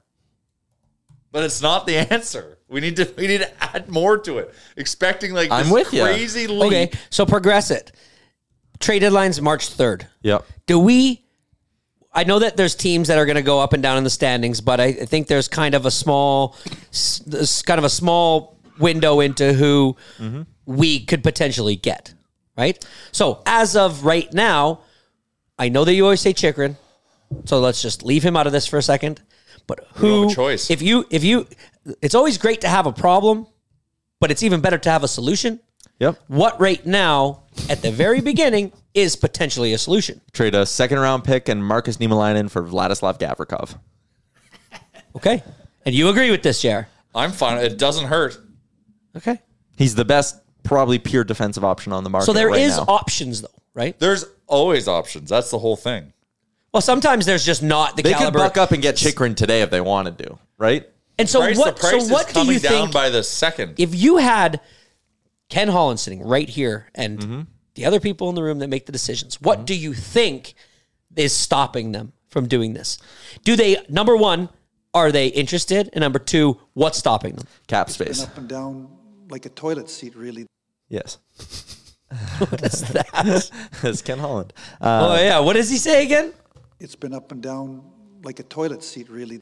F: but it's not the answer. We need to we need to add more to it. Expecting like
G: I'm
F: this
G: with ya.
F: crazy leap.
I: Okay, so progress it. Trade deadline's March third.
G: Yep.
I: Do we? I know that there's teams that are going to go up and down in the standings, but I, I think there's kind of a small, s- this kind of a small window into who we could potentially get. Right. So as of right now, I know that you always say Chikrin, so let's just leave him out of this for a second. But
F: We don't
I: who?
F: have a choice.
I: If you, if you, it's always great to have a problem, but it's even better to have a solution.
G: Yep.
I: What right now, at the very beginning, is potentially a solution.
G: Trade a second round pick and Marcus Niemelainen for Vladislav Gavrikov.
I: Okay. And you agree with this, Jer?
F: I'm fine. It doesn't hurt.
I: Okay.
G: He's the best, probably pure defensive option on the market.
I: So there is
G: right now.
I: options, though, right?
F: There's always options. That's the whole thing.
I: Well, sometimes there's just not the
G: they could
I: caliber.
G: buck up and get Chikrin today if they wanted to, right?
I: and so
F: price,
I: what?
F: the price
I: so what
F: is
I: do
F: coming
I: you
F: down
I: think?
F: by the second.
I: if you had Ken Holland sitting right here and
F: Mm-hmm.
I: the other people in the room that make the decisions, what do you think is stopping them from doing this? Do they number one? Are they interested? And number two, what's stopping them?
G: Cap space.
L: up and down like a toilet seat, really.
G: Yes.
I: What is that?
G: That's Ken Holland.
I: oh yeah, what does he say again?
L: It's been up and down like a toilet seat, really.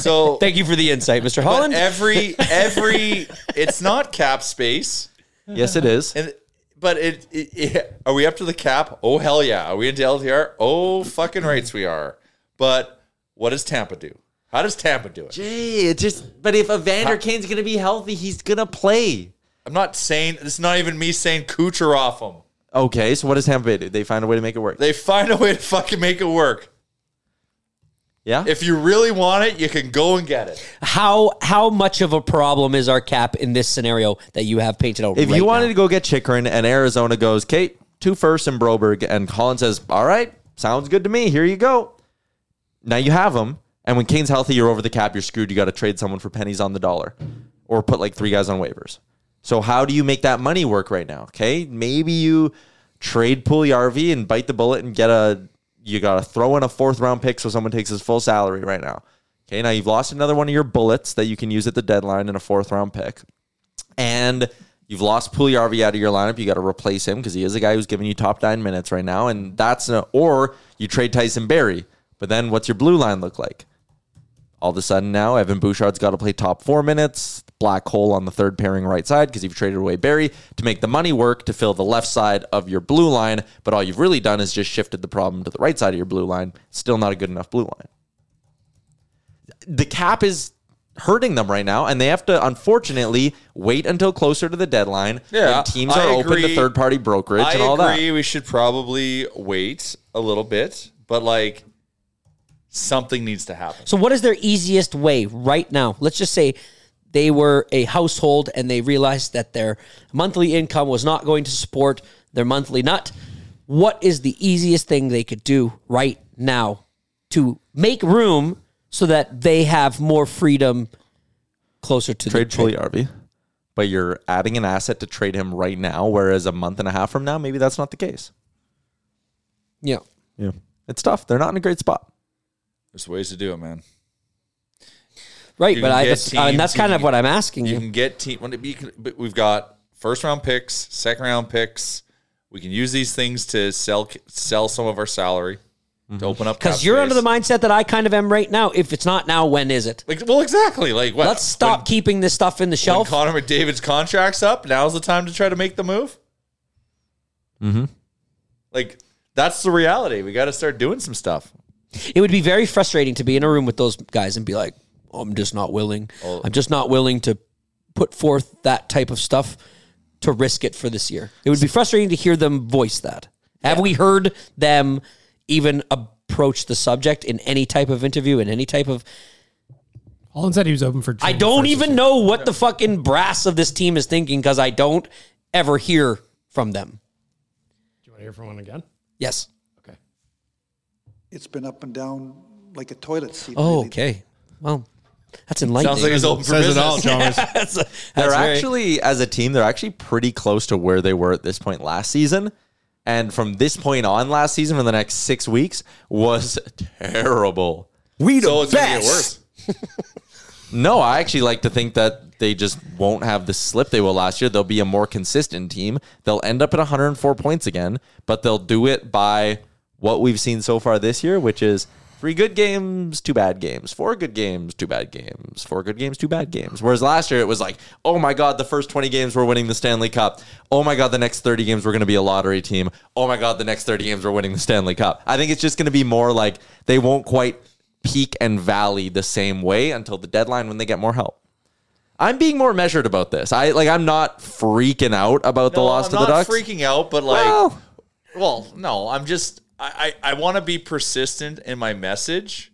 F: So
I: Thank you for the insight, Mr.
F: but
I: Holland.
F: every every it's not cap space.
G: Yes, it is.
F: And but it, it, it- are we up to the cap? Oh hell yeah! Are we into LTR? Oh fucking rights we are. But what does Tampa do? How does Tampa do it?
G: Jay, it just but if Evander Kane's gonna be healthy, he's gonna play.
F: I'm not saying it's not even me saying Kucher off him.
G: Okay, so what does Tampa Bay do? They find a way to make it work.
F: They find a way to fucking make it work.
G: Yeah.
F: If you really want it, you can go and get it.
I: How how much of a problem is our cap in this scenario that you have painted out?
G: If
I: right
G: you wanted to go get Chikrin and Arizona goes, Kate, two firsts and Broberg, and Colin says, All right, sounds good to me. Here you go. Now you have him. And when Kane's healthy, you're over the cap, you're screwed. You got to trade someone for pennies on the dollar or put like three guys on waivers. So how do you make that money work right now? Okay. Maybe you trade Puliarvi and bite the bullet and get a, you got to throw in a fourth round pick so someone takes his full salary right now. Okay. Now you've lost another one of your bullets that you can use at the deadline in a fourth round pick. And you've lost Puliarvi out of your lineup. You got to replace him because he is a guy who's giving you top nine minutes right now. And that's, an, or you trade Tyson Berry. But then what's your blue line look like? All of a sudden now, Evan Bouchard's got to play top four minutes, black hole on the third pairing right side because you've traded away Barry to make the money work to fill the left side of your blue line. But all you've really done is just shifted the problem to the right side of your blue line. Still not a good enough blue line. The cap is hurting them right now, and they have to unfortunately wait until closer to the deadline.
F: Yeah,
G: and teams
F: I
G: are open to
F: agree.
G: third party brokerage
F: I
G: and all that.
F: agree. We should probably wait a little bit, but like something needs to happen.
I: So what is their easiest way right now? Let's just say they were a household and they realized that their monthly income was not going to support their monthly nut. What is the easiest thing they could do right now to make room so that they have more freedom closer to
G: trade
I: the trade?
G: Puliarvi, but you're adding an asset to trade him right now, whereas a month and a half from now, maybe that's not the case.
I: Yeah.
G: Yeah. It's tough. They're not in a great spot.
F: There's ways to do it, man.
I: Right,
F: You
I: but
F: can
I: I
F: get
I: that's, I mean,
F: teams,
I: that's kind
F: you
I: of
F: can-
I: what I'm asking you.
F: You can get team. when it be- But we've got first round picks, second round picks. We can use these things to sell sell some of our salary to open up cap
I: Because Mm-hmm. you're under the
F: space.
I: mindset that I kind of am right now. If it's not now, when is it?
F: Like, well, exactly. Like, what?
I: Let's stop keeping this stuff in the
F: When
I: shelf.
F: Connor McDavid's contract's up. Now's the time to try to make the move.
G: Mm-hmm.
F: Like that's the reality. We got to start doing some stuff.
I: It would be very frustrating to be in a room with those guys and be like, I'm just not willing. I'm just not willing to put forth that type of stuff to risk it for this year. It would be frustrating to hear them voice that. Have we heard them even approach the subject in any type of interview, in any type of.
E: Holland said he was open for.
I: I don't even know what the fucking brass of this team is thinking because I don't ever hear from them.
E: Do you want to hear from one again?
I: Yes.
L: It's been up and down like a toilet seat.
I: Oh,
L: really.
I: okay. Well, that's enlightening.
F: Sounds like it's open for Says it business. all, Chalmers.
I: Yeah, that's- that's
G: They're
I: very-
G: actually, as a team, they're actually pretty close to where they were at this point last season. And from this point on last season, for the next six weeks, was terrible.
L: We
F: So it's gonna get worse.
G: No, I actually like to think that they just won't have the slip they will last year. They'll be a more consistent team. They'll end up at 104 points again, but they'll do it by what we've seen so far this year, which is three good games, two bad games, four good games, two bad games, four good games, two bad games. Whereas last year it was like, oh my God, the first 20 games we're winning the Stanley Cup. Oh my God, the next 30 games we're going to be a lottery team. Oh my God, the next 30 games we're winning the Stanley Cup. I think it's just going to be more like they won't quite peak and valley the same way until the deadline when they get more help. I'm being more measured about this. I like I'm not freaking out about the
F: No,
G: loss
F: I'm
G: to the
F: not
G: Ducks.
F: freaking out, but like,
G: Well-
F: well, no, I'm just I I, I want to be persistent in my message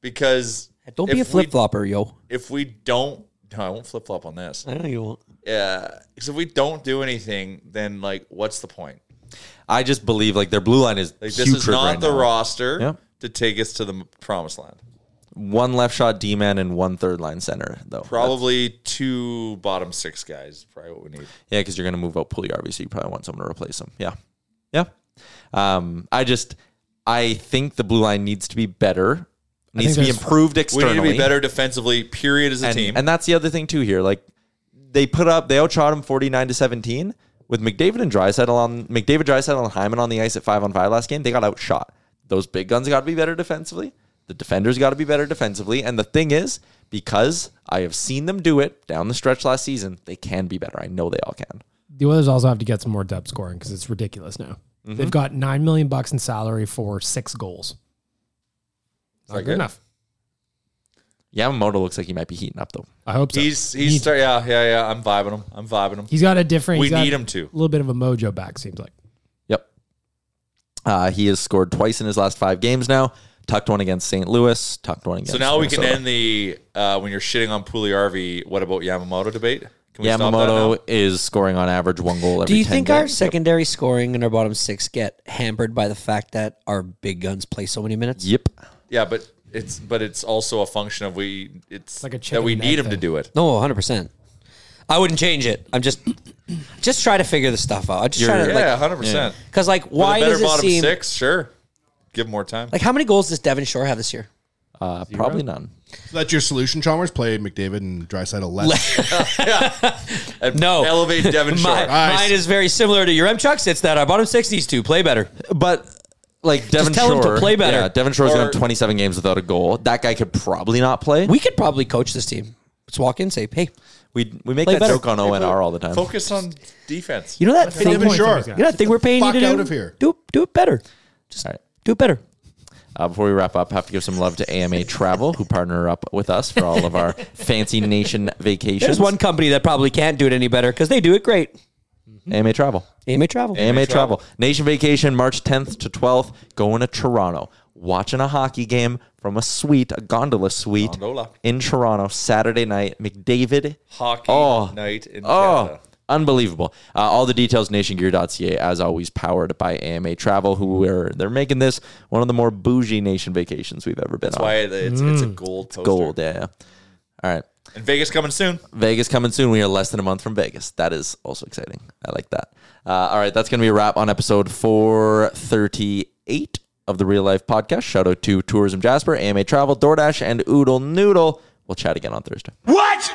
F: because
I: Don't be a
F: if we-
I: flip flopper, yo.
F: If we don't, no, I won't flip flop on this.
I: I know you won't.
F: Yeah, because if we don't do anything, then like, what's the point?
G: I just believe like their blue line is
F: Like, this is
G: putrid
F: not
G: right
F: the
G: now.
F: roster
G: Yep.
F: to take us to the m- promised land.
G: One left shot D man and one third line center though.
F: Probably two bottom six guys. is Probably what we need.
G: Yeah, because you're going to move out Puliarvi, so you probably want someone to replace him. Yeah, yeah. Um, I just I think the blue line needs to be better.
F: I
G: Needs to
F: think
G: be
F: there's-
G: improved externally.
F: We need to be better defensively. Period as a
G: and,
F: team.
G: And that's the other thing too here. Like they put up, they outshot him forty nine to seventeen with McDavid and Drysaddle on McDavid, Drysaddle, and Hyman on the ice at five on five last game. They got outshot. Those big guns got to be better defensively. The defenders got to be better defensively. And the thing is, because I have seen them do it down the stretch last season, they can be better. I know they all can.
E: The Oilers also have to get some more depth scoring because it's ridiculous now.
F: Mm-hmm.
G: Mhm.
E: They've got nine million bucks in salary for six goals.
F: Is
E: Not
F: that
E: good enough.
G: Yamamoto looks like he might be heating up though.
E: I hope so.
F: He's he's start, yeah yeah yeah. I'm vibing him. I'm vibing him.
E: He's got a different.
F: We
E: he's got
F: need him to.
E: A little bit of a mojo back seems like.
G: Uh, he has scored twice in his last five games now. Tucked one against St. Louis. Tucked one against.
F: So now we can
G: Minnesota.
F: end the uh, when you're shitting on Puliarvi. What about Yamamoto debate? Can we stop that now?
G: Yamamoto is scoring on average one goal every.
I: Do you
G: 10
I: think
G: games.
I: our secondary scoring and our bottom six get hampered by the fact that our big guns play so many minutes?
G: Yep.
F: Yeah, but it's but it's also a function of we it's
I: Like a
F: that we
I: chicken
F: need
I: and egg
F: him to
I: thing.
F: do it.
I: No, 100%. I wouldn't change it. I'm just just try to figure this stuff out. I just try to
F: yeah,
I: like
F: hundred percent.
I: Cuz like why
F: For the better
I: does it
F: bottom
I: seem
F: six? Sure, give him more time.
I: like how many goals does Devon Shore have this year?
G: Uh,
H: probably
G: none.
H: So that's your solution, Chalmers. Play McDavid and Dryside left.
I: no.
F: Elevate Devon Shore.
I: mine, mine is very similar to your M Chucks. It's that our bottom six needs to play better.
G: But like Devon
I: just tell
G: Shore
I: him to play better.
G: Yeah, Devon Shore's gone 27 games without a goal. That guy could probably not play.
I: We could probably coach this team. Just walk in, say, "Hey,
G: we we make
I: play
G: that
I: better.
G: joke on ONR all the time.
F: Focus on defense.
I: You know that
F: Hey,
I: thing.
F: Devon Shore.
I: You know that thing we're paying you
H: Fuck
I: to do.
H: out of here.
I: Do do it better. Just do it better.
G: Uh, before we wrap up, have to give some love to AMA Travel, who partner up with us for all of our fancy nation vacations.
I: There's one company that probably can't do it any better because they do it great.
G: AMA Travel.
I: AMA Travel.
G: AMA Travel. Nation Vacation, March 10th to 12th. Going to Toronto. Watching a hockey game from a suite, a gondola suite
F: Gondola.
G: in Toronto Saturday night. McDavid.
F: Hockey
G: Oh.
F: night in Canada.
G: Unbelievable. Uh, all the details, nationgear.ca, as always, powered by AMA Travel, who are, they're making this one of the more bougie nation vacations we've ever been
F: That's
G: on.
F: why it- it's it's a
G: Mm.
F: gold
G: It's
F: poster.
G: gold, yeah, yeah. All right.
F: And Vegas coming soon.
G: Vegas coming soon. We are less than a month from Vegas. That is also exciting. I like that. Uh, all right, that's going to be a wrap on episode 438 of the Real Life Podcast. Shout out to Tourism Jasper, AMA Travel, DoorDash, and Oodle Noodle. We'll chat again on Thursday.
M: What?